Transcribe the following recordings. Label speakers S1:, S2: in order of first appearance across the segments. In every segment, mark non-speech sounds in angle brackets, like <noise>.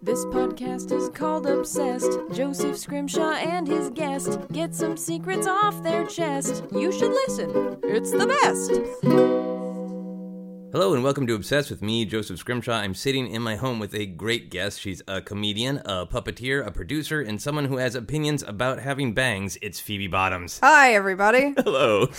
S1: This podcast is called Obsessed. Joseph Scrimshaw and his guest get some secrets off their chest. You should listen, it's the best.
S2: Hello and welcome to Obsessed with me, Joseph Scrimshaw. I'm sitting in my home with a great guest. She's a comedian, a puppeteer, a producer, and someone who has opinions about having bangs. It's Phoebe
S3: <laughs>
S2: Bottoms.
S3: Hi,
S2: <laughs>
S3: everybody.
S2: Hello.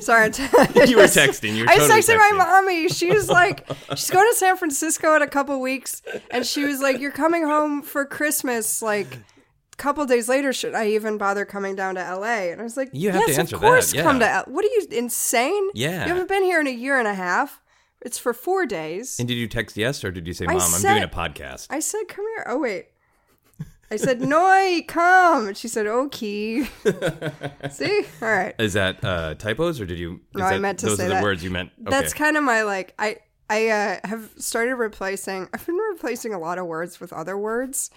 S3: Sorry, t- <laughs>
S2: You were texting. You were
S3: I was
S2: totally
S3: texting,
S2: texting.
S3: my mommy.
S2: <laughs>
S3: She was like, she's going to San Francisco in a couple weeks, and she was like, "You're coming home for Christmas." Like, a couple days later, should I even bother coming down to L.A.? And I was like,
S2: You have to
S3: yes,
S2: answer
S3: of course,
S2: that,
S3: come to.
S2: yeah.
S3: L- what are you insane?
S2: Yeah.
S3: you haven't been here in a year and a half. It's for four days.
S2: and did you text yes or did you say, Mom, I'm
S3: said-
S2: doing a podcast?
S3: I said, "Come here." Oh wait. I said, "Noi, come," and she
S2: <laughs>
S3: said, "Okay." See, all right.
S2: Is that uh, typos or did you?
S3: No,
S2: is
S3: I
S2: that-
S3: meant to
S2: Those
S3: say
S2: are the
S3: that.
S2: words you meant. Okay.
S3: That's kind of my like I I uh, have started replacing I've been replacing a lot of words with other words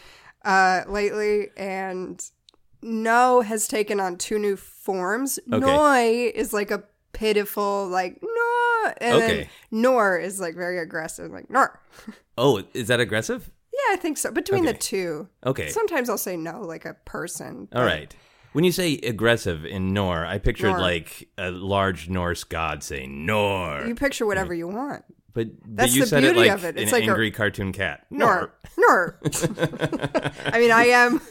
S3: uh lately and no has taken on two new forms.
S2: Okay.
S3: Noi is like a pitiful like no and
S2: Okay.
S3: then nor is like very aggressive like nor.
S2: oh, is that aggressive?
S3: Yeah, I think so. Between
S2: Okay.
S3: the two.
S2: Okay.
S3: Sometimes I'll say no like a person.
S2: All right. When you say aggressive in Nor, I pictured
S3: Nor.
S2: like a large Norse god saying Nor.
S3: You picture
S2: Mm.
S3: whatever you want.
S2: but, but
S3: That's
S2: you
S3: the
S2: said it
S3: beauty
S2: like
S3: of it.
S2: an
S3: It's like a-
S2: angry cartoon cat.
S3: Nor. Nor. <laughs> I mean, I am.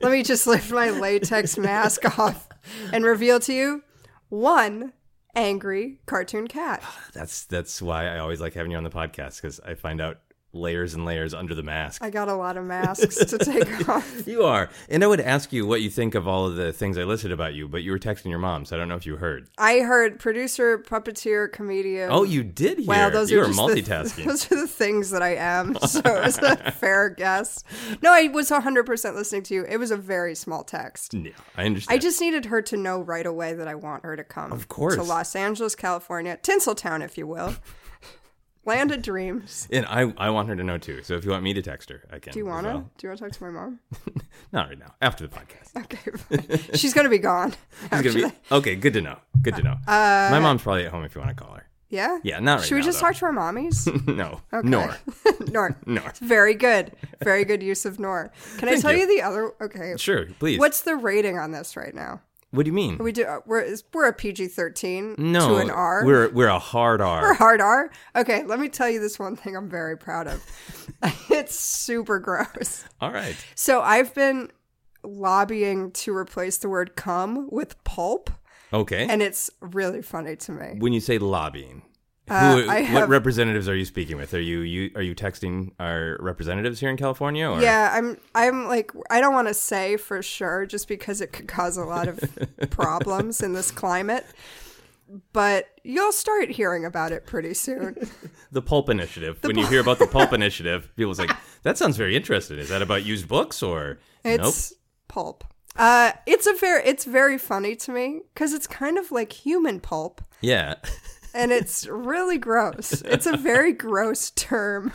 S3: Let me just lift my latex mask off and reveal to you one angry cartoon cat.
S2: That's that's why I always like having you on the podcast because I find out layers and layers under the mask.
S3: I got a lot of masks to
S2: <laughs>
S3: take off.
S2: you are, and I would ask you what you think of all of the things I listed about you, but you were texting your mom, so I don't know if you heard.
S3: I heard producer, puppeteer, comedian.
S2: Oh, you did hear.
S3: Wow, those
S2: you
S3: are
S2: were
S3: just
S2: multitasking.
S3: The, <laughs> those are the things that I am. So it was a fair guess. No, I was 100% listening to you. It was a very small text.
S2: <laughs> Yeah, I understand.
S3: I just needed her to know right away that I want her to come. Of
S2: course.
S3: To Los Angeles, California. Tinseltown, if
S2: <laughs>
S3: you will. Land of dreams.
S2: and I, I want her to know too. So if you want me to text her, I can.
S3: Do you want to?
S2: as well.
S3: Do you want to talk to my mom? <laughs>
S2: Not right now. After the podcast.
S3: Okay. <laughs> She's going to
S2: <laughs>
S3: be gone.
S2: It's
S3: after Uh,
S2: gonna
S3: that.
S2: be, <laughs> okay, good to know. Good to know. My mom's probably at home if you want to call her. <laughs>
S3: Yeah?
S2: Yeah, not right
S3: Should we
S2: now,
S3: just
S2: though.
S3: talk to
S2: <laughs>
S3: our mommies?
S2: no. Nor.
S3: <laughs> Nor.
S2: <laughs> Nor.
S3: Very good.
S2: <laughs>
S3: Very good use of Nor. Can I
S2: Thank
S3: tell
S2: you.
S3: you. the other? Okay.
S2: Sure, please.
S3: What's the rating on this right now?
S2: what do you mean?
S3: We do. uh, We're is- we're a PG thirteen
S2: no.
S3: to an R.
S2: We're we're a hard
S3: <laughs>
S2: R.
S3: Or hard R. Okay, let me tell you this one thing I'm very proud of. <laughs> it's super gross.
S2: All right.
S3: So I've been lobbying to replace the word cum with pulp,
S2: Okay.
S3: and it's really funny to me.
S2: when you say lobbying, who,
S3: Uh, I
S2: what
S3: have-
S2: representatives are you speaking with? Are you, you are you texting our representatives here in California? Or?
S3: Yeah, I'm I'm like I don't want to say for sure just because it could cause a lot of problems in this climate. But you'll start hearing about it pretty soon.
S2: the Pulp Initiative. when you hear about the
S3: <laughs>
S2: Pulp Initiative, people's like, "That sounds very interesting. Is that about used books or
S3: It's pulp. Uh, it's a fair. It's very funny to me because it's kind of like human pulp,
S2: nope?" Yeah, <laughs>
S3: and it's really gross. It's a very gross term,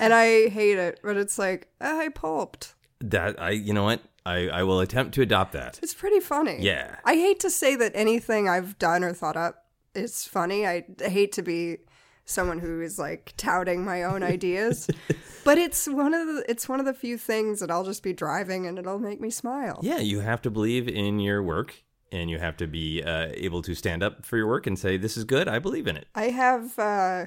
S3: and I hate it. But it's like "Ah, I pulped.
S2: that I. You know what? I I will attempt to adopt that.
S3: It's pretty funny.
S2: Yeah.
S3: I hate to say that anything I've done or thought up is funny. I hate to be someone who is like touting my
S2: <laughs>
S3: own ideas, but it's one of the it's one of the few things that I'll just be driving and it'll make me smile.
S2: Yeah, you have to believe in your work, and you have to be uh, able to stand up for your work and say, "This is good. I believe in it."
S3: I have, uh,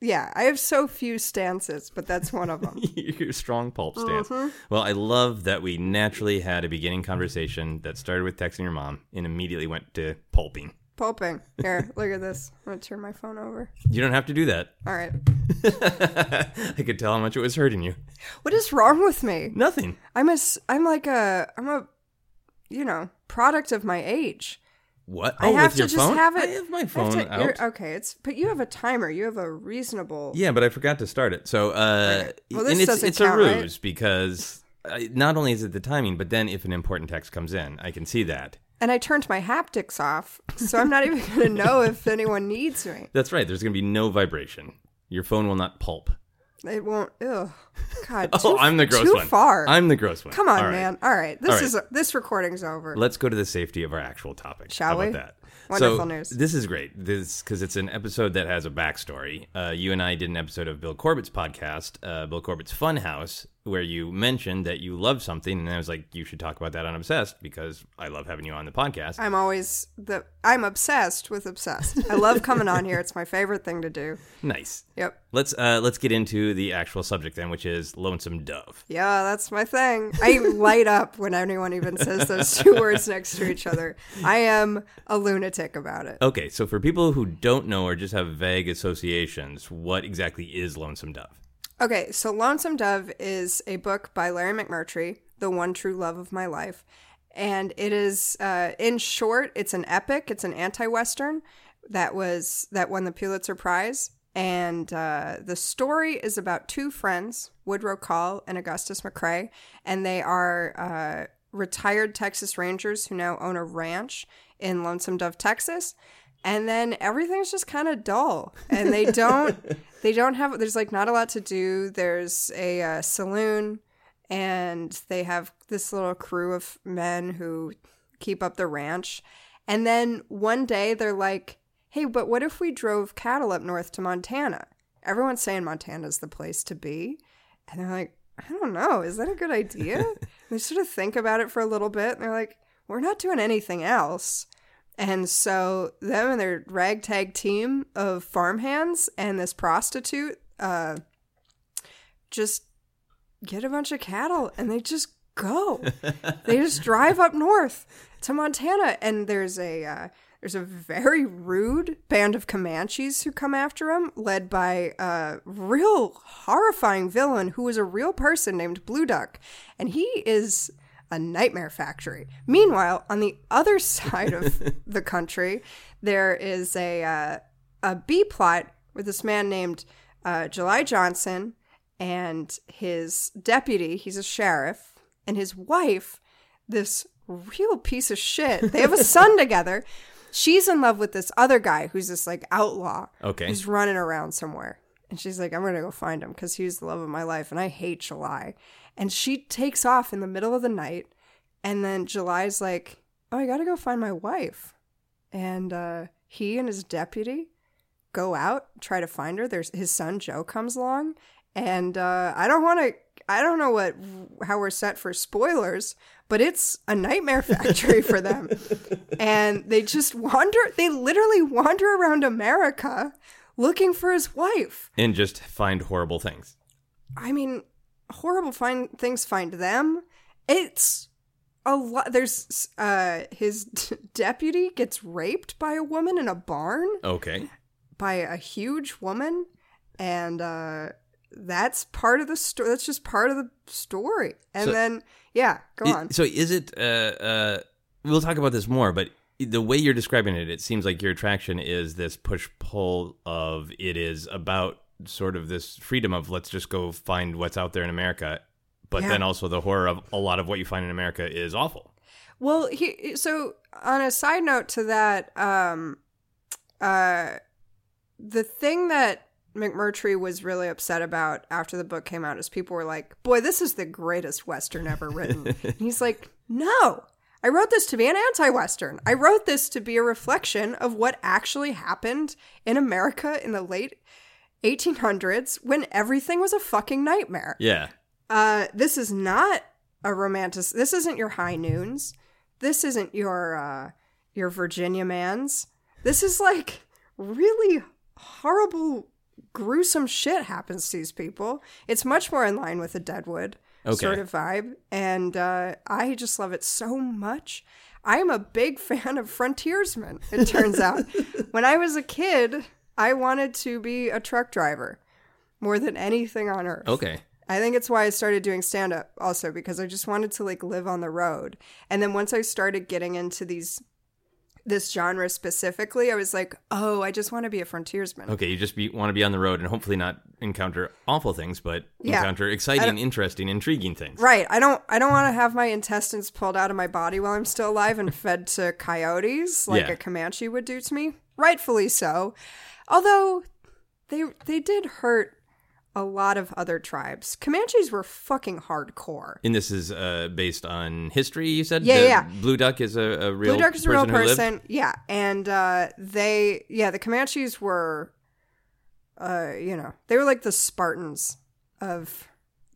S3: yeah, I have so few stances, but that's one of them.
S2: <laughs> your strong pulp stance.
S3: Mm-hmm.
S2: Well, I love that we naturally had a beginning conversation that started with texting your mom and immediately went to pulping.
S3: Pulping. Here, look at this. I'm gonna turn my phone over.
S2: You don't have to do that. <laughs>
S3: All right.
S2: I could tell how much it was hurting you.
S3: What is wrong with me?
S2: Nothing.
S3: I'm a, s- I'm like a, I'm a, you know, product of my age.
S2: What?
S3: I
S2: oh, with
S3: have to
S2: your
S3: just
S2: phone?
S3: have it.
S2: I have
S3: I
S2: my
S3: have
S2: phone
S3: to-
S2: out.
S3: you're- Okay, it's but you have a timer. You have a reasonable.
S2: Yeah, but I forgot to start it. So, uh,
S3: Right. Well,
S2: and
S3: this
S2: it's,
S3: doesn't
S2: it's
S3: count,
S2: a
S3: right?
S2: ruse because uh not only is it the timing, but then if an important text comes in, I can see that.
S3: And I turned my haptics off, so I'm not even
S2: <laughs>
S3: gonna know if anyone needs me.
S2: That's right. There's going to be no vibration. Your phone will not pulp.
S3: It won't. Ugh. God.
S2: <laughs> Oh,
S3: too-
S2: I'm the gross
S3: too
S2: one.
S3: far.
S2: I'm the gross one.
S3: Come on,
S2: All right.
S3: man. All right. This
S2: All right.
S3: is this recording's over.
S2: Let's go to the safety of our actual topic.
S3: Shall
S2: How about
S3: we?
S2: that? so,
S3: Wonderful news.
S2: This is great. This because it's an episode that has a backstory. Uh, you and I did an episode of Bill Corbett's podcast, uh, Bill Corbett's Funhouse, where you mentioned that you love something, and I was like, you should talk about that on Obsessed because I love having you on the podcast.
S3: I'm always the I'm obsessed with obsessed. I love coming on here. It's my favorite thing to do.
S2: nice.
S3: Yep.
S2: Let's uh, let's get into the actual subject then, which is Lonesome Dove.
S3: Yeah, that's my thing. I light up when anyone even says those two words next to each other. I am a lunatic about it.
S2: Okay, so for people who don't know or just have vague associations, what exactly is Lonesome Dove?
S3: Okay, so Lonesome Dove is a book by Larry McMurtry, The One True Love of My Life. And it is, uh, in short, it's an epic, it's an anti Western that was that won the Pulitzer Prize. And uh, the story is about two friends, Woodrow Call and Augustus McCrae, and they are uh, retired Texas Rangers who now own a ranch in Lonesome Dove, Texas. And then everything's just kind of dull, and they don't they don't have there's like not a lot to do. There's a uh, saloon, and they have this little crew of men who keep up the ranch. And then one day they're like, "Hey, but what if we drove cattle up north to Montana?" Everyone's saying Montana's the place to be, and they're like, I don't know. Is that a good idea? And they sort of think about it for a little bit and they're like, we're not doing anything else. And so them and their ragtag team of farmhands and this prostitute uh, just get a bunch of cattle and they just go. they just drive up north to Montana and there's a uh, there's a very rude band of Comanches who come after him, led by a real horrifying villain who is a real person named Blue Duck, and he is a nightmare factory. Meanwhile, on the other <laughs> side of the country, there is a uh, a B plot with this man named uh, July Johnson and his deputy. He's a sheriff, and his wife, this real piece of shit. They have a son together. She's in love with this other guy who's this like outlaw.
S2: Okay.
S3: Who's running around somewhere. And she's like, I'm going to go find him because he's the love of my life and I hate July. And she takes off in the middle of the night. And then July's like, Oh, I got to go find my wife. And uh, he and his deputy go out, try to find her. There's his son Joe comes along. And uh, I don't want to. I don't know what how we're set for spoilers, but it's a nightmare factory for them and they just wander they literally wander around america looking for his wife
S2: And just find horrible things.
S3: i mean horrible find things find them it's a lot there's uh his <laughs> deputy gets raped by a woman in a barn
S2: Okay.
S3: by a huge woman and uh that's part of the story that's just part of the story and
S2: So-
S3: then yeah go
S2: It-
S3: on
S2: So is it? Uh, uh, we'll talk about this more, but the way you're describing it, it seems like your attraction is this push pull of it is about sort of this freedom of let's just go find what's out there in America, but
S3: Yeah.
S2: then also the horror of a lot of what you find in America is awful.
S3: Well, he so on a side note to that, um, uh, the thing that McMurtry was really upset about after the book came out is people were like, "Boy, this is the greatest western ever written." and he's like, "No." I wrote this to be an anti Western. I wrote this to be a reflection of what actually happened in America in the late 1800s when everything was a fucking nightmare.
S2: Yeah.
S3: Uh, this is not a romantic. This isn't your high noons. This isn't your uh, your Virginia man's. This is like really horrible, gruesome shit happens to these people. It's much more in line with a Deadwood
S2: Okay.
S3: sort of vibe, and uh, I just love it so much. I am a big <laughs> fan of frontiersmen. It turns out, when I was a kid, I wanted to be a truck driver more than anything on earth.
S2: Okay.
S3: I think it's why I started doing stand up also because I just wanted to like live on the road. And then once I started getting into these this genre specifically, I was like, "Oh, I just want to be a frontiersman."
S2: Okay. You just be, want to be on the road and hopefully not encounter awful things, but
S3: Yeah.
S2: encounter exciting, interesting, intriguing things.
S3: Right. I don't I don't want to have my intestines pulled out of my body while I'm still alive and fed to <laughs> coyotes like
S2: Yeah.
S3: a Comanche would do to me. Rightfully so. Although they they did hurt a lot of other tribes. Comanches were fucking hardcore.
S2: And this is uh, based on history, you said?
S3: Yeah,
S2: The
S3: yeah.
S2: Blue Duck is a, a real
S3: Blue Dark is a real
S2: person who lived?
S3: person. Yeah. And uh, they, yeah, the Comanches were, uh, you know, they were like the Spartans of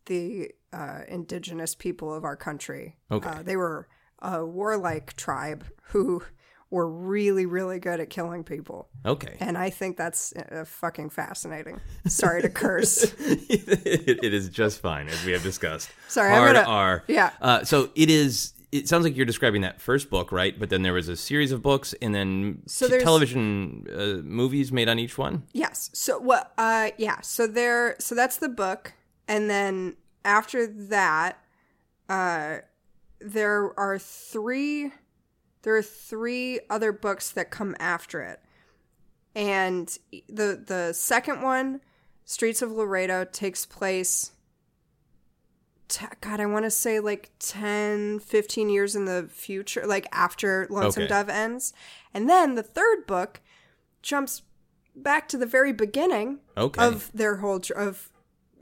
S3: the uh, indigenous people of our country.
S2: Okay.
S3: Uh, they were a warlike tribe who were really, really good at killing people.
S2: Okay.
S3: And I think that's uh, fucking fascinating. Sorry
S2: <laughs>
S3: to curse.
S2: it, it is just fine, as we have discussed.
S3: Sorry, I'm
S2: Hard
S3: gonna-
S2: R.
S3: yeah.
S2: Uh, so it is. It sounds like you're describing that first book, right? But then there was a series of books, and then
S3: So
S2: t-
S3: there's-
S2: television uh, movies made on each one.
S3: Yes. So what? uh, yeah. So there. So that's the book, and then after that, uh, there are three. There are three other books that come after it, and the the second one, Streets of Laredo, takes place. T- God, I want to say like 10, 15 years in the future, like after Lonesome
S2: Okay.
S3: Dove ends. And then the third book jumps back to the very beginning
S2: Okay.
S3: of their whole tr- of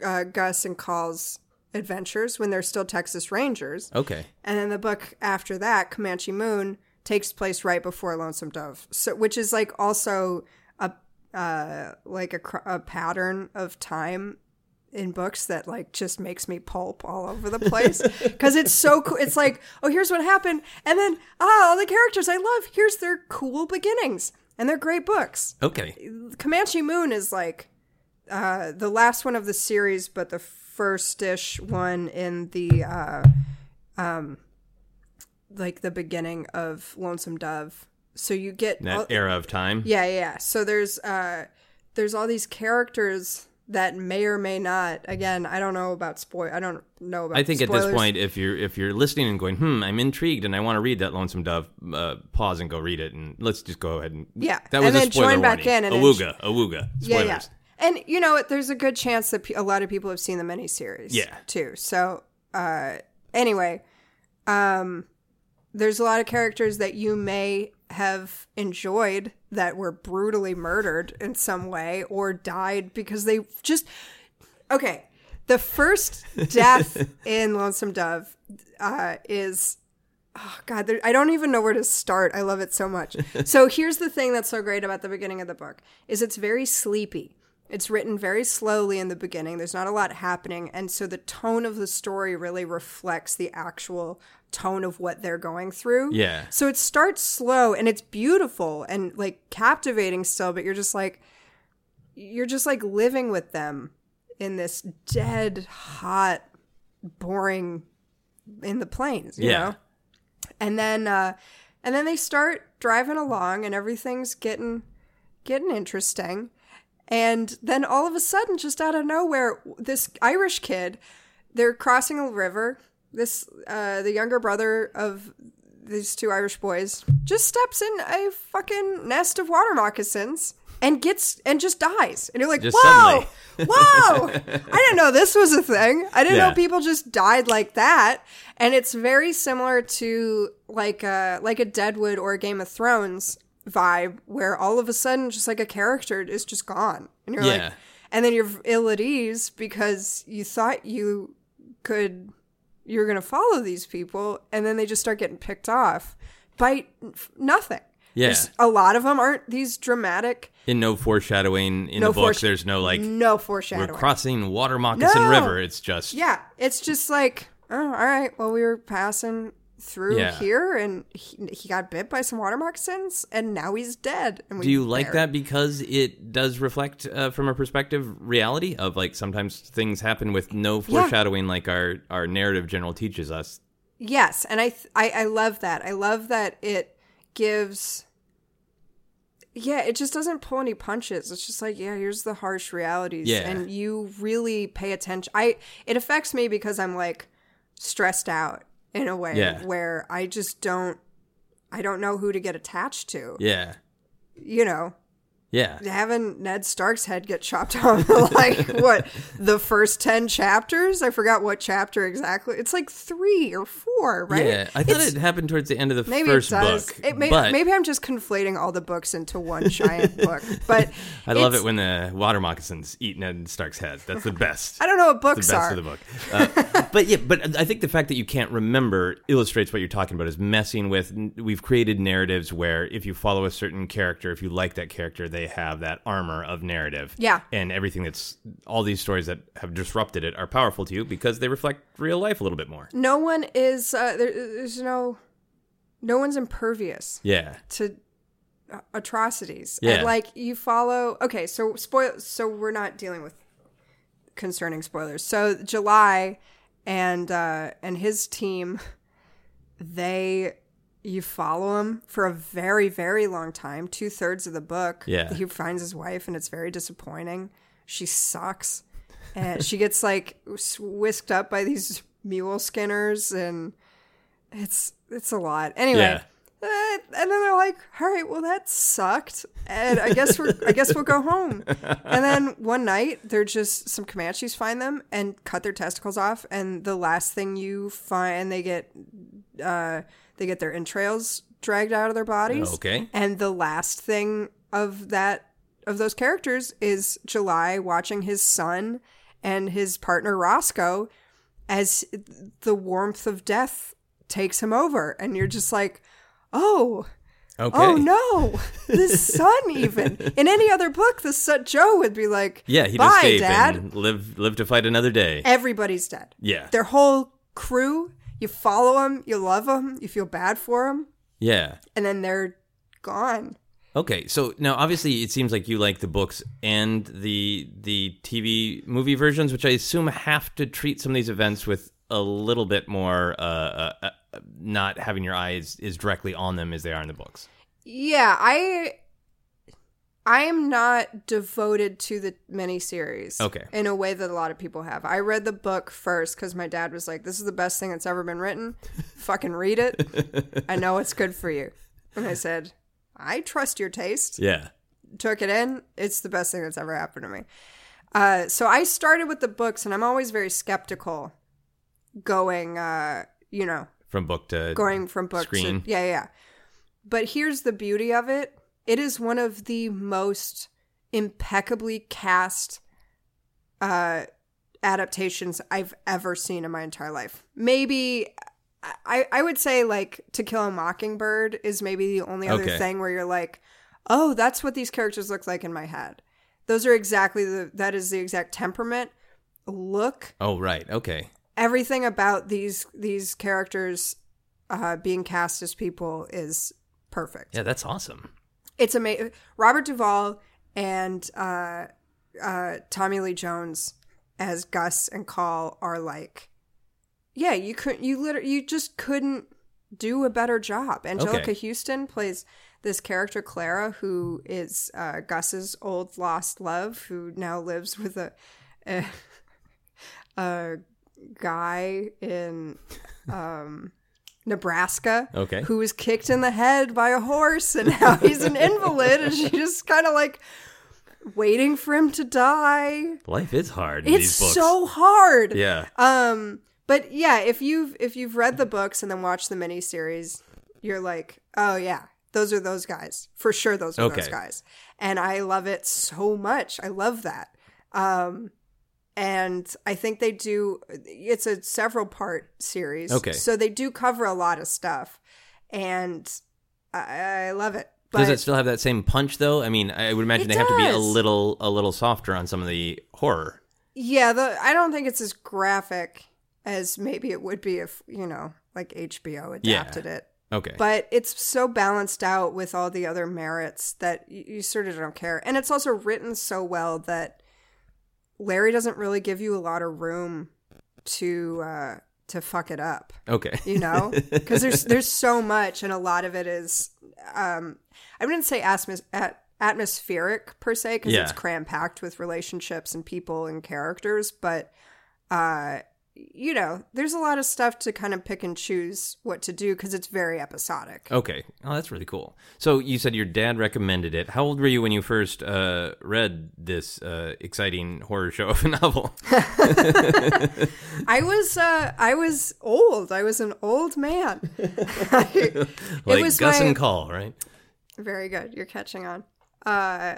S3: uh, Gus and Call's adventures when they're still Texas Rangers,
S2: Okay.
S3: and then the book after that, Comanche Moon, takes place right before Lonesome Dove, so which is like also a uh, like a, cr- a pattern of time in books that like just makes me pulp all over the place because it's so cool it's like oh here's what happened and then ah all the characters i love here's their cool beginnings and they're great books
S2: Okay.
S3: Comanche Moon is like uh, the last one of the series, but the first ish one in the uh, um, like the beginning of Lonesome Dove. So you get
S2: That
S3: all-
S2: era of time.
S3: yeah, yeah, yeah. So there's uh, there's all these characters that may or may not. Again, I don't know about spoil. I don't know about.
S2: I think at this
S3: spoilers.
S2: point, if you're if you're listening and going, hmm, I'm intrigued and I want to read that Lonesome Dove, uh, pause and go read it, and let's just go ahead and
S3: Yeah.
S2: that was
S3: And
S2: a
S3: then
S2: spoiler
S3: join back
S2: warning.
S3: in and then-
S2: awooga, awooga, spoilers.
S3: And you know, what? there's a good chance that pe- a lot of people have seen the miniseries.
S2: Yeah.
S3: Too. So, uh, anyway, um, there's a lot of characters that you may have enjoyed that were brutally murdered in some way or died because they just okay. The first death in Lonesome Dove uh, is oh god there, i don't even know where to start i love it so much so here's the thing that's so great about the beginning of the book is it's very sleepy it's written very slowly in the beginning there's not a lot happening and so the tone of the story really reflects the actual tone of what they're going through
S2: Yeah.
S3: so it starts slow and it's beautiful and like captivating still but you're just like you're just like living with them in this dead hot boring in the plains you
S2: Yeah.
S3: know and then uh and then they start driving along and everything's getting getting interesting and then all of a sudden just out of nowhere this irish kid they're crossing a river this uh the younger brother of these two irish boys just steps in a fucking nest of water moccasins and gets and just dies and you're like
S2: Just
S3: whoa
S2: suddenly.
S3: whoa i didn't know this was a thing i didn't
S2: Yeah.
S3: know people just died like that and it's very similar to like a like a deadwood or a game of thrones vibe where all of a sudden just like a character is just gone and you're
S2: Yeah.
S3: like and then you're ill at ease because you thought you could you're going to follow these people and then they just start getting picked off by f- nothing
S2: Yeah.
S3: There's- a lot of them aren't these dramatic
S2: In no foreshadowing in
S3: No
S2: the book,
S3: foresh-
S2: there's no like
S3: no
S2: we're
S3: foreshadowing
S2: crossing Water Moccasin
S3: No.
S2: River. It's just
S3: Yeah, it's just like, oh, all right. Well, we were passing through
S2: Yeah.
S3: here, and he, he got bit by some water moccasins, and now he's dead. And we
S2: Do you like
S3: buried-
S2: that because it does reflect uh, from a perspective reality of like sometimes things happen with no foreshadowing, like our our narrative general teaches us.
S3: Yes, and I, th- I I love that. I love that it gives. Yeah, it just doesn't pull any punches. It's just like, yeah, here's the harsh realities,
S2: Yeah.
S3: and you really pay attention. I it affects me because I'm like stressed out in a way
S2: Yeah.
S3: where I just don't, I don't know who to get attached to.
S2: Yeah,
S3: you know,
S2: Yeah.
S3: having Ned Stark's head get chopped <laughs> off like what the first 10 chapters I forgot what chapter exactly it's like 3 or 4 right
S2: Yeah, I thought
S3: It's-
S2: it happened towards the end of the
S3: maybe
S2: first
S3: it does
S2: book.
S3: it may,
S2: but
S3: maybe I'm just conflating all the books into one giant book but
S2: I love
S3: it's-
S2: it when the water moccasins eat Ned Stark's head. That's
S3: <laughs>
S2: the best.
S3: I don't know what
S2: the
S3: books
S2: best
S3: are
S2: of the book. Uh, but yeah, but I think the fact that you can't remember illustrates what you're talking about is messing with. We've created narratives where if you follow a certain character, if you like that character, they have that armor of narrative.
S3: Yeah.
S2: And everything that's all these stories that have disrupted it are powerful to you because they reflect real life a little bit more.
S3: no one is uh, there, there's no no one's impervious
S2: Yeah.
S3: to uh, atrocities.
S2: Yeah.
S3: And like you follow okay, so spoil so we're not dealing with concerning spoilers. So July and uh and his team they you follow him for a very, very long time, two thirds of the book.
S2: Yeah.
S3: He finds his wife and it's very disappointing. She sucks. And she gets like whisked up by these mule skinners and it's it's a lot. Anyway,
S2: Yeah.
S3: uh, and then they're like, "All right, well that sucked, and I guess we're I guess we'll go home." And then one night, they're just some Comanches find them and cut their testicles off, and the last thing you find, they get uh, they get their entrails dragged out of their bodies.
S2: Okay.
S3: And the last thing of that of those characters is July watching his son and his partner Roscoe as the warmth of death takes him over and you're just like, "Oh,
S2: Okay.
S3: Oh no,
S2: <laughs>
S3: the son even. In any other book, the son, Joe would be like,
S2: Yeah, he'd
S3: Bye,
S2: escape
S3: Dad.
S2: and live live to fight another day.
S3: Everybody's dead.
S2: Yeah.
S3: Their whole crew, you follow them, you love them, you feel bad for them,
S2: Yeah.
S3: and then they're gone.
S2: Okay, so now obviously it seems like you like the books and the the TV movie versions, which I assume have to treat some of these events with a little bit more uh, uh, uh, not having your eyes as directly on them as they are in the books.
S3: Yeah, I I am not devoted to the miniseries.
S2: Okay.
S3: In a way that a lot of people have. I read the book first because my dad was like, This is the best thing that's ever been
S2: <laughs>
S3: written. Fucking read it. I know it's good for you. And I said, I trust your taste.
S2: Yeah,
S3: Took it in. It's the best thing that's ever happened to me. Uh, so I started with the books, and I'm always very skeptical going, uh, you know,
S2: from book to
S3: going from book
S2: screen.
S3: to yeah, yeah, yeah. But here's the beauty of it: it is one of the most impeccably cast uh, adaptations I've ever seen in my entire life. Maybe I, I would say like To Kill a Mockingbird is maybe the only other
S2: Okay.
S3: thing where you're like, oh, that's what these characters look like in my head. Those are exactly the that is the exact temperament, look,
S2: Oh right, okay,
S3: everything about these these characters uh, being cast as people is perfect.
S2: yeah, that's awesome.
S3: It's amazing. Robert Duvall and uh, uh, Tommy Lee Jones as Gus and Call are like, yeah, you could you literally you just couldn't do a better job. Angelica
S2: Okay.
S3: Houston plays this character Clara, who is uh, Gus's old lost love, who now lives with a <laughs> a, a guy in um, Nebraska
S2: Okay.
S3: who was kicked in the head by a horse and
S2: <laughs>
S3: now he's an invalid and she just kind of like waiting for him to die.
S2: Life is hard. In
S3: It's
S2: these books.
S3: so hard.
S2: yeah,
S3: Um but yeah, if you've if you've read the books and then watched the miniseries, you're like, "Oh yeah, those are those guys. For sure those are those
S2: Okay.
S3: guys." And I love it so much. I love that. Um and I think they do it's a several part series.
S2: Okay.
S3: So they do cover a lot of stuff. And I, I love it.
S2: does it
S3: But
S2: still have that same punch though? I mean, I would imagine
S3: It
S2: they have to be a
S3: does.
S2: little a little softer on some of the horror.
S3: yeah, the, I don't think it's as graphic as maybe it would be if, you know, like HBO
S2: Yeah.
S3: adapted it.
S2: Okay,
S3: But it's so balanced out with all the other merits that you, you sort of don't care. And it's also written so well that Larry doesn't really give you a lot of room to uh, to fuck it up.
S2: okay,
S3: You
S2: <laughs>
S3: know, because there's there's so much, and a lot of it is um, I wouldn't say atmos- at- atmospheric per se because
S2: Yeah.
S3: it's cram packed with relationships and people and characters, but uh, you know, there's a lot of stuff to kind of pick and choose what to do because it's very episodic.
S2: Okay. Oh, that's really cool. So you said your dad recommended it. How old were you when you first uh, read this uh, exciting horror show of a novel? <laughs>
S3: I was uh, I was old. I was an old man. it
S2: Like Gus
S3: my-
S2: and Call, right?
S3: Very good. You're catching on. Uh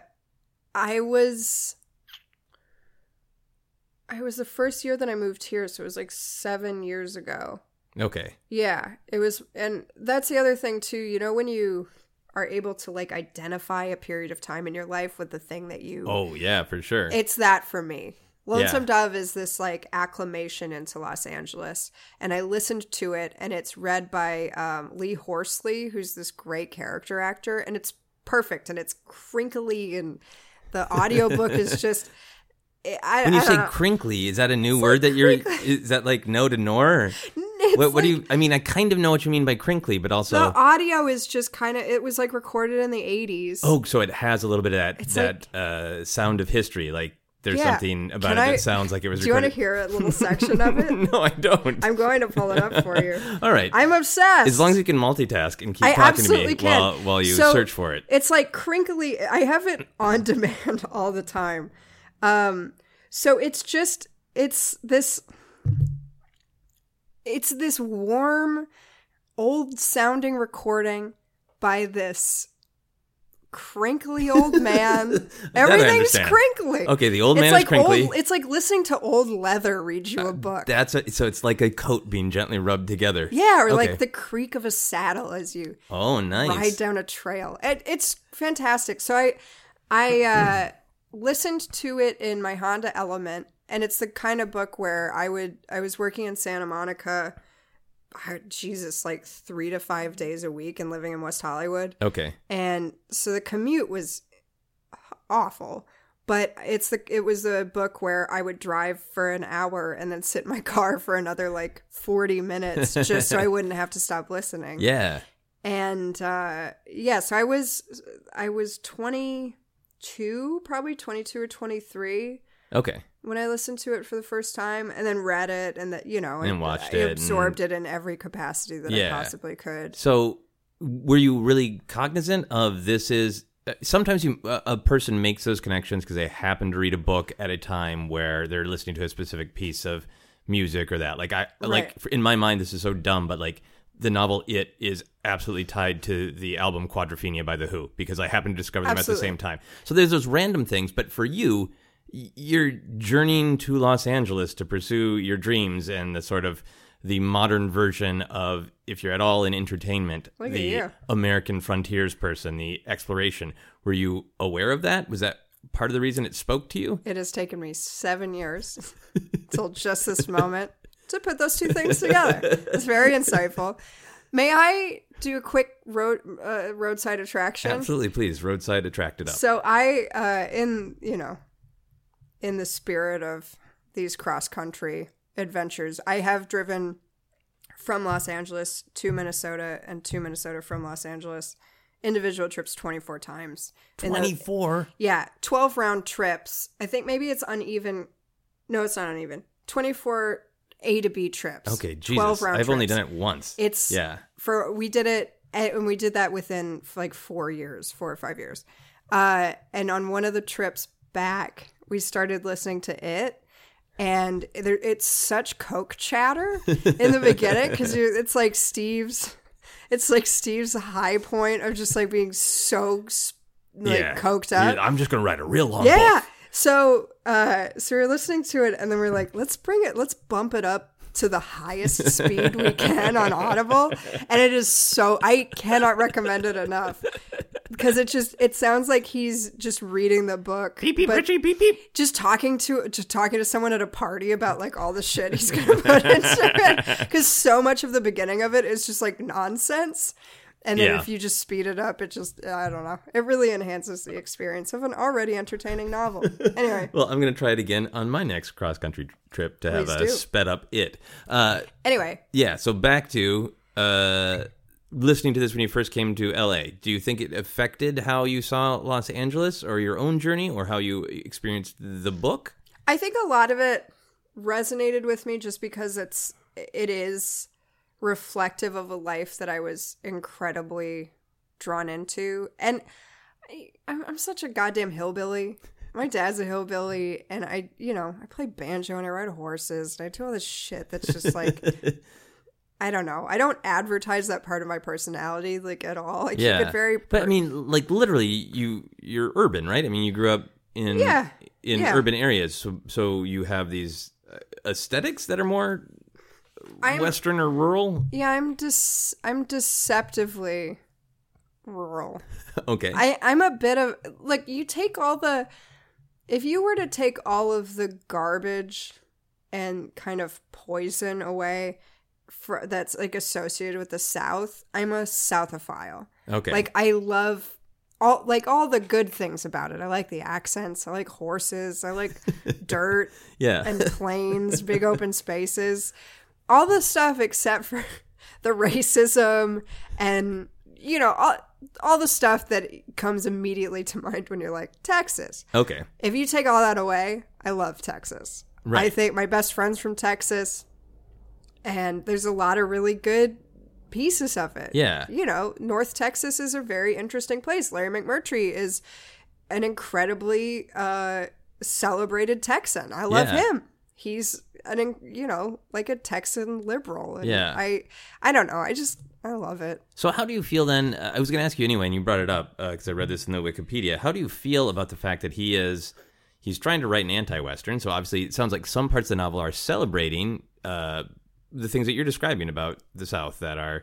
S3: I was I was the first year that I moved here, so it was like 7 years ago.
S2: Okay.
S3: Yeah, it was and that's the other thing too, you know when you are able to like identify a period of time in your life with the thing that you
S2: Oh yeah, for sure.
S3: It's that for me. Lonesome
S2: Yeah.
S3: Dove is this like acclamation into Los Angeles, and I listened to it, and it's read by um, Lee Horsley, who's this great character actor, and it's perfect, and it's crinkly, and the
S2: <laughs>
S3: audiobook is just. I- I,
S2: when you
S3: I
S2: say
S3: don't know.
S2: crinkly, is that a new word that you're? Is that like no to nor?
S3: <laughs>
S2: Or
S3: It's
S2: what, what do
S3: like-
S2: you? I mean, I kind of know what you mean by crinkly, but also
S3: The audio is just kind of. It was like recorded in the eighties.
S2: oh, so it has a little bit of that
S3: It's
S2: that uh, sound of history. Like there's
S3: Yeah.
S2: something about
S3: Can
S2: it
S3: I-
S2: that sounds like it was.
S3: do you want to
S2: recorded.
S3: hear a little section of
S2: <laughs>
S3: it?
S2: no, I don't.
S3: I'm going to pull it up for you.
S2: <laughs> All right.
S3: I'm obsessed.
S2: as long as you can multitask and keep
S3: I
S2: talking to
S3: absolutely
S2: me
S3: can.
S2: while while you
S3: So-
S2: search for it.
S3: It's like crinkly. I have it on <laughs> demand all the time. Um, so it's just it's this it's this warm, old sounding recording by this crinkly old man.
S2: <laughs> That I
S3: Everything's
S2: understand.
S3: crinkly.
S2: Okay, the old man
S3: it's
S2: is
S3: like
S2: crinkly. Uh,
S3: old. It's like listening to old leather read you a book.
S2: That's a, so it's like a coat being gently rubbed together.
S3: yeah, or
S2: Okay.
S3: like the creak of a saddle as you
S2: Oh,
S3: ride
S2: nice.
S3: down a trail. It, it's fantastic. So I I uh, <clears throat> listened to it in my Honda Element, and it's the kind of book where I would I was working in Santa Monica, ah, Jesus, like three to five days a week, and living in West Hollywood,
S2: Okay.
S3: and so the commute was awful. But it's the it was a book where I would drive for an hour and then sit in my <laughs> car for another like forty minutes just so I wouldn't have to stop listening
S2: Yeah.
S3: and uh yeah so i was i was 22 probably 22 or 23
S2: Okay.
S3: when i listened to it for the first time and then read it and that you know
S2: And
S3: I-
S2: watched
S3: I
S2: it
S3: absorbed it in every capacity that
S2: Yeah.
S3: i possibly could
S2: So, were you really cognizant of this? Is uh, sometimes you a a person makes those connections because they happen to read a book at a time where they're listening to a specific piece of music or that. Like I like in my mind, this is so dumb, but like the novel It is absolutely tied to the album Quadrophenia by the Who because I happened to discover them at the
S3: Absolutely.
S2: same time. So there's those random things, but for you. y- You're journeying to Los Angeles to pursue your dreams and the sort of the modern version of if you're at all in entertainment,
S3: Look at
S2: the
S3: you.
S2: American frontiers person, the exploration. Were you aware of that? Was that part of the reason it spoke to you?
S3: it has taken me seven
S2: <laughs>
S3: years till just this moment to put those two
S2: <laughs>
S3: things together it's very insightful may i do a quick road uh, roadside attraction
S2: Absolutely, please. Roadside attracted up.
S3: So I, uh, in you know, in the spirit of these cross country adventures, I have driven from Los Angeles to Minnesota and to Minnesota from Los Angeles, individual trips twenty four times. And those-
S2: four.
S3: yeah, twelve round trips. I think maybe it's uneven. No, it's not uneven. Twenty four A to B trips.
S2: Okay, Jesus. I've only done it once.
S3: It's
S2: yeah.
S3: for we did it eh, and we did that within like four years four or five years uh and on one of the trips back we started listening to it and there, it's such coke chatter in the beginning because it's like steve's it's like steve's high point of just like being so s- like
S2: yeah.
S3: coked up
S2: I'm just gonna write a real long
S3: yeah. So uh so we we're listening to it and then we we're like, let's bring it, let's bump it up to the highest speed we can on Audible. And it is so I cannot recommend it enough. Because it just it sounds like he's just reading the book. but
S2: beep beep.
S3: just talking to just talking to someone at a party about like all the shit he's gonna put into it. Because so much of the beginning of it is just like nonsense. And then
S2: Yeah.
S3: if you just speed it up, it just I don't know. It really enhances the experience of an already entertaining novel. Anyway.
S2: Well, I'm gonna try it again on my next cross country trip to have
S3: Please
S2: a
S3: do.
S2: sped up it. Uh,
S3: Anyway,
S2: yeah so back to uh listening to this when you first came to la do you think it affected how you saw los angeles or your own journey or how you experienced the book
S3: I think a lot of it resonated with me just because it's it is reflective of a life that I was incredibly drawn into, and I, I'm, I'm such a goddamn hillbilly. My dad's a hillbilly, and I, you know, I play banjo and I ride horses and I do all this shit that's
S2: <laughs>
S3: just like, I don't know. I don't advertise that part of my personality like at all. I
S2: yeah.
S3: keep it very.
S2: but I
S3: per-
S2: mean, like literally, you you're urban, right? I mean, you grew up in
S3: Yeah,
S2: in
S3: yeah.
S2: urban areas, so so you have these uh, aesthetics that are more
S3: I'm-
S2: Western or rural. <laughs>
S3: yeah, I'm just I'm deceptively rural.
S2: Okay,
S3: I, I'm a bit of like you take all the if you were to take all of the garbage and kind of poison away for, that's like associated with the South, I'm a Southophile.
S2: okay,
S3: Like I love all like all the good things about it. I like the accents. I like horses. I like dirt
S2: yeah,
S3: and plains, big open spaces, all the stuff except for <laughs> the racism and you know all all the stuff that comes immediately to mind when you're like Texas.
S2: okay,
S3: If you take all that away, I love Texas.
S2: Right.
S3: I think my best friend's from Texas, and there's a lot of really good pieces of it.
S2: Yeah.
S3: You know, North Texas is a very interesting place. Larry McMurtry is an incredibly uh, celebrated Texan. I love
S2: Yeah.
S3: him. He's an, in- you know, like a Texan liberal. And
S2: Yeah.
S3: I, I don't know. I just, I love it.
S2: So, how do you feel then? Uh, I was going to ask you anyway, and you brought it up because I read this in the Wikipedia. How do you feel about the fact that he is he's trying to write an anti-Western? So, obviously, it sounds like some parts of the novel are celebrating uh, the things that you're describing about the South that are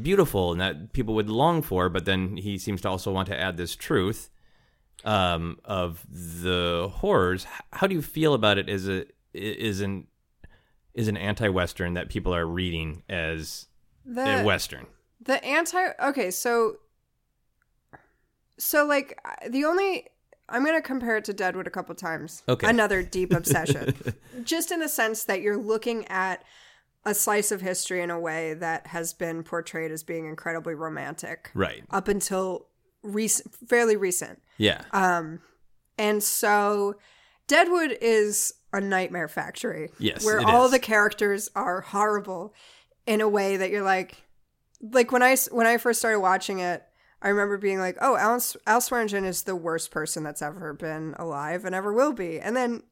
S2: beautiful and that people would long for. But then he seems to also want to add this truth um, of the horrors. H- How do you feel about it? Is a is an is an anti-Western that people are reading as
S3: The,
S2: a Western?
S3: The anti okay, so so like I- the only I'm gonna compare it to Deadwood a couple times.
S2: Okay.
S3: another deep obsession, just in the sense that you're looking at a slice of history in a way that has been portrayed as being incredibly romantic
S2: Right.
S3: up until recent, fairly recent.
S2: Yeah.
S3: Um, and so Deadwood is a nightmare factory.
S2: Yes,
S3: where
S2: it
S3: all
S2: is.
S3: the characters are horrible in a way that you're like, like when I s- when I first started watching it, I remember being like, oh, Al, S- Al Swearingen is the worst person that's ever been alive and ever will be, and then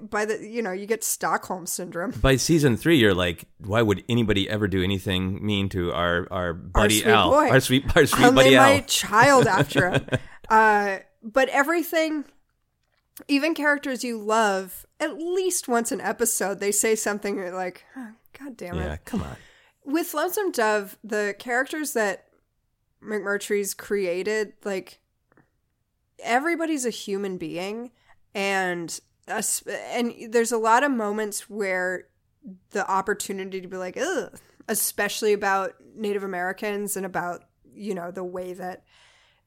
S3: by the you know you get Stockholm syndrome.
S2: By season three, you're like, why would anybody ever do anything mean to our our buddy
S3: sweet
S2: Al,
S3: boy.
S2: our sweet our sweet
S3: and they
S2: buddy Al?
S3: might child after him. uh, but everything, even characters you love, at least once an episode, they say something you're like, "Huh, God damn it.
S2: Yeah, come on.
S3: With Lonesome Dove, the characters that McMurtry's created, like, everybody's a human being. And, us- and there's a lot of moments where the opportunity to be like, ugh, especially about Native Americans and about, you know, the way that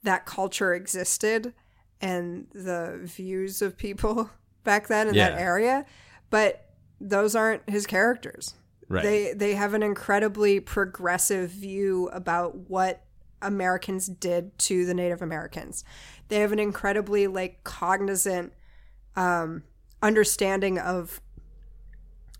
S3: that culture existed and the views of people <laughs> back then in
S2: Yeah.
S3: that area. But those aren't his characters.
S2: Right.
S3: They they have an incredibly progressive view about what Americans did to the Native Americans. They have an incredibly like cognizant um, understanding of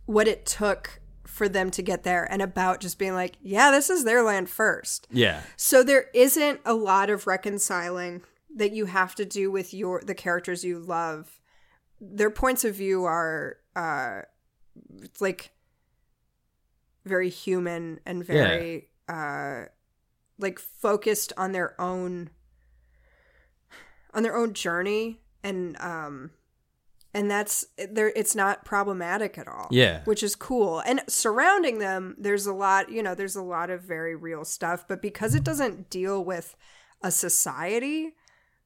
S3: what it took for them to get there and about just being like, yeah, this is their land first.
S2: yeah.
S3: So there isn't a lot of reconciling that you have to do with your the characters you love. Their points of view are uh it's like very human and very uh like focused on their own on their own journey and um and that's there it's not problematic at all
S2: Yeah.
S3: which is cool. And surrounding them, there's a lot, you know, there's a lot of very real stuff, but because it doesn't deal with a society,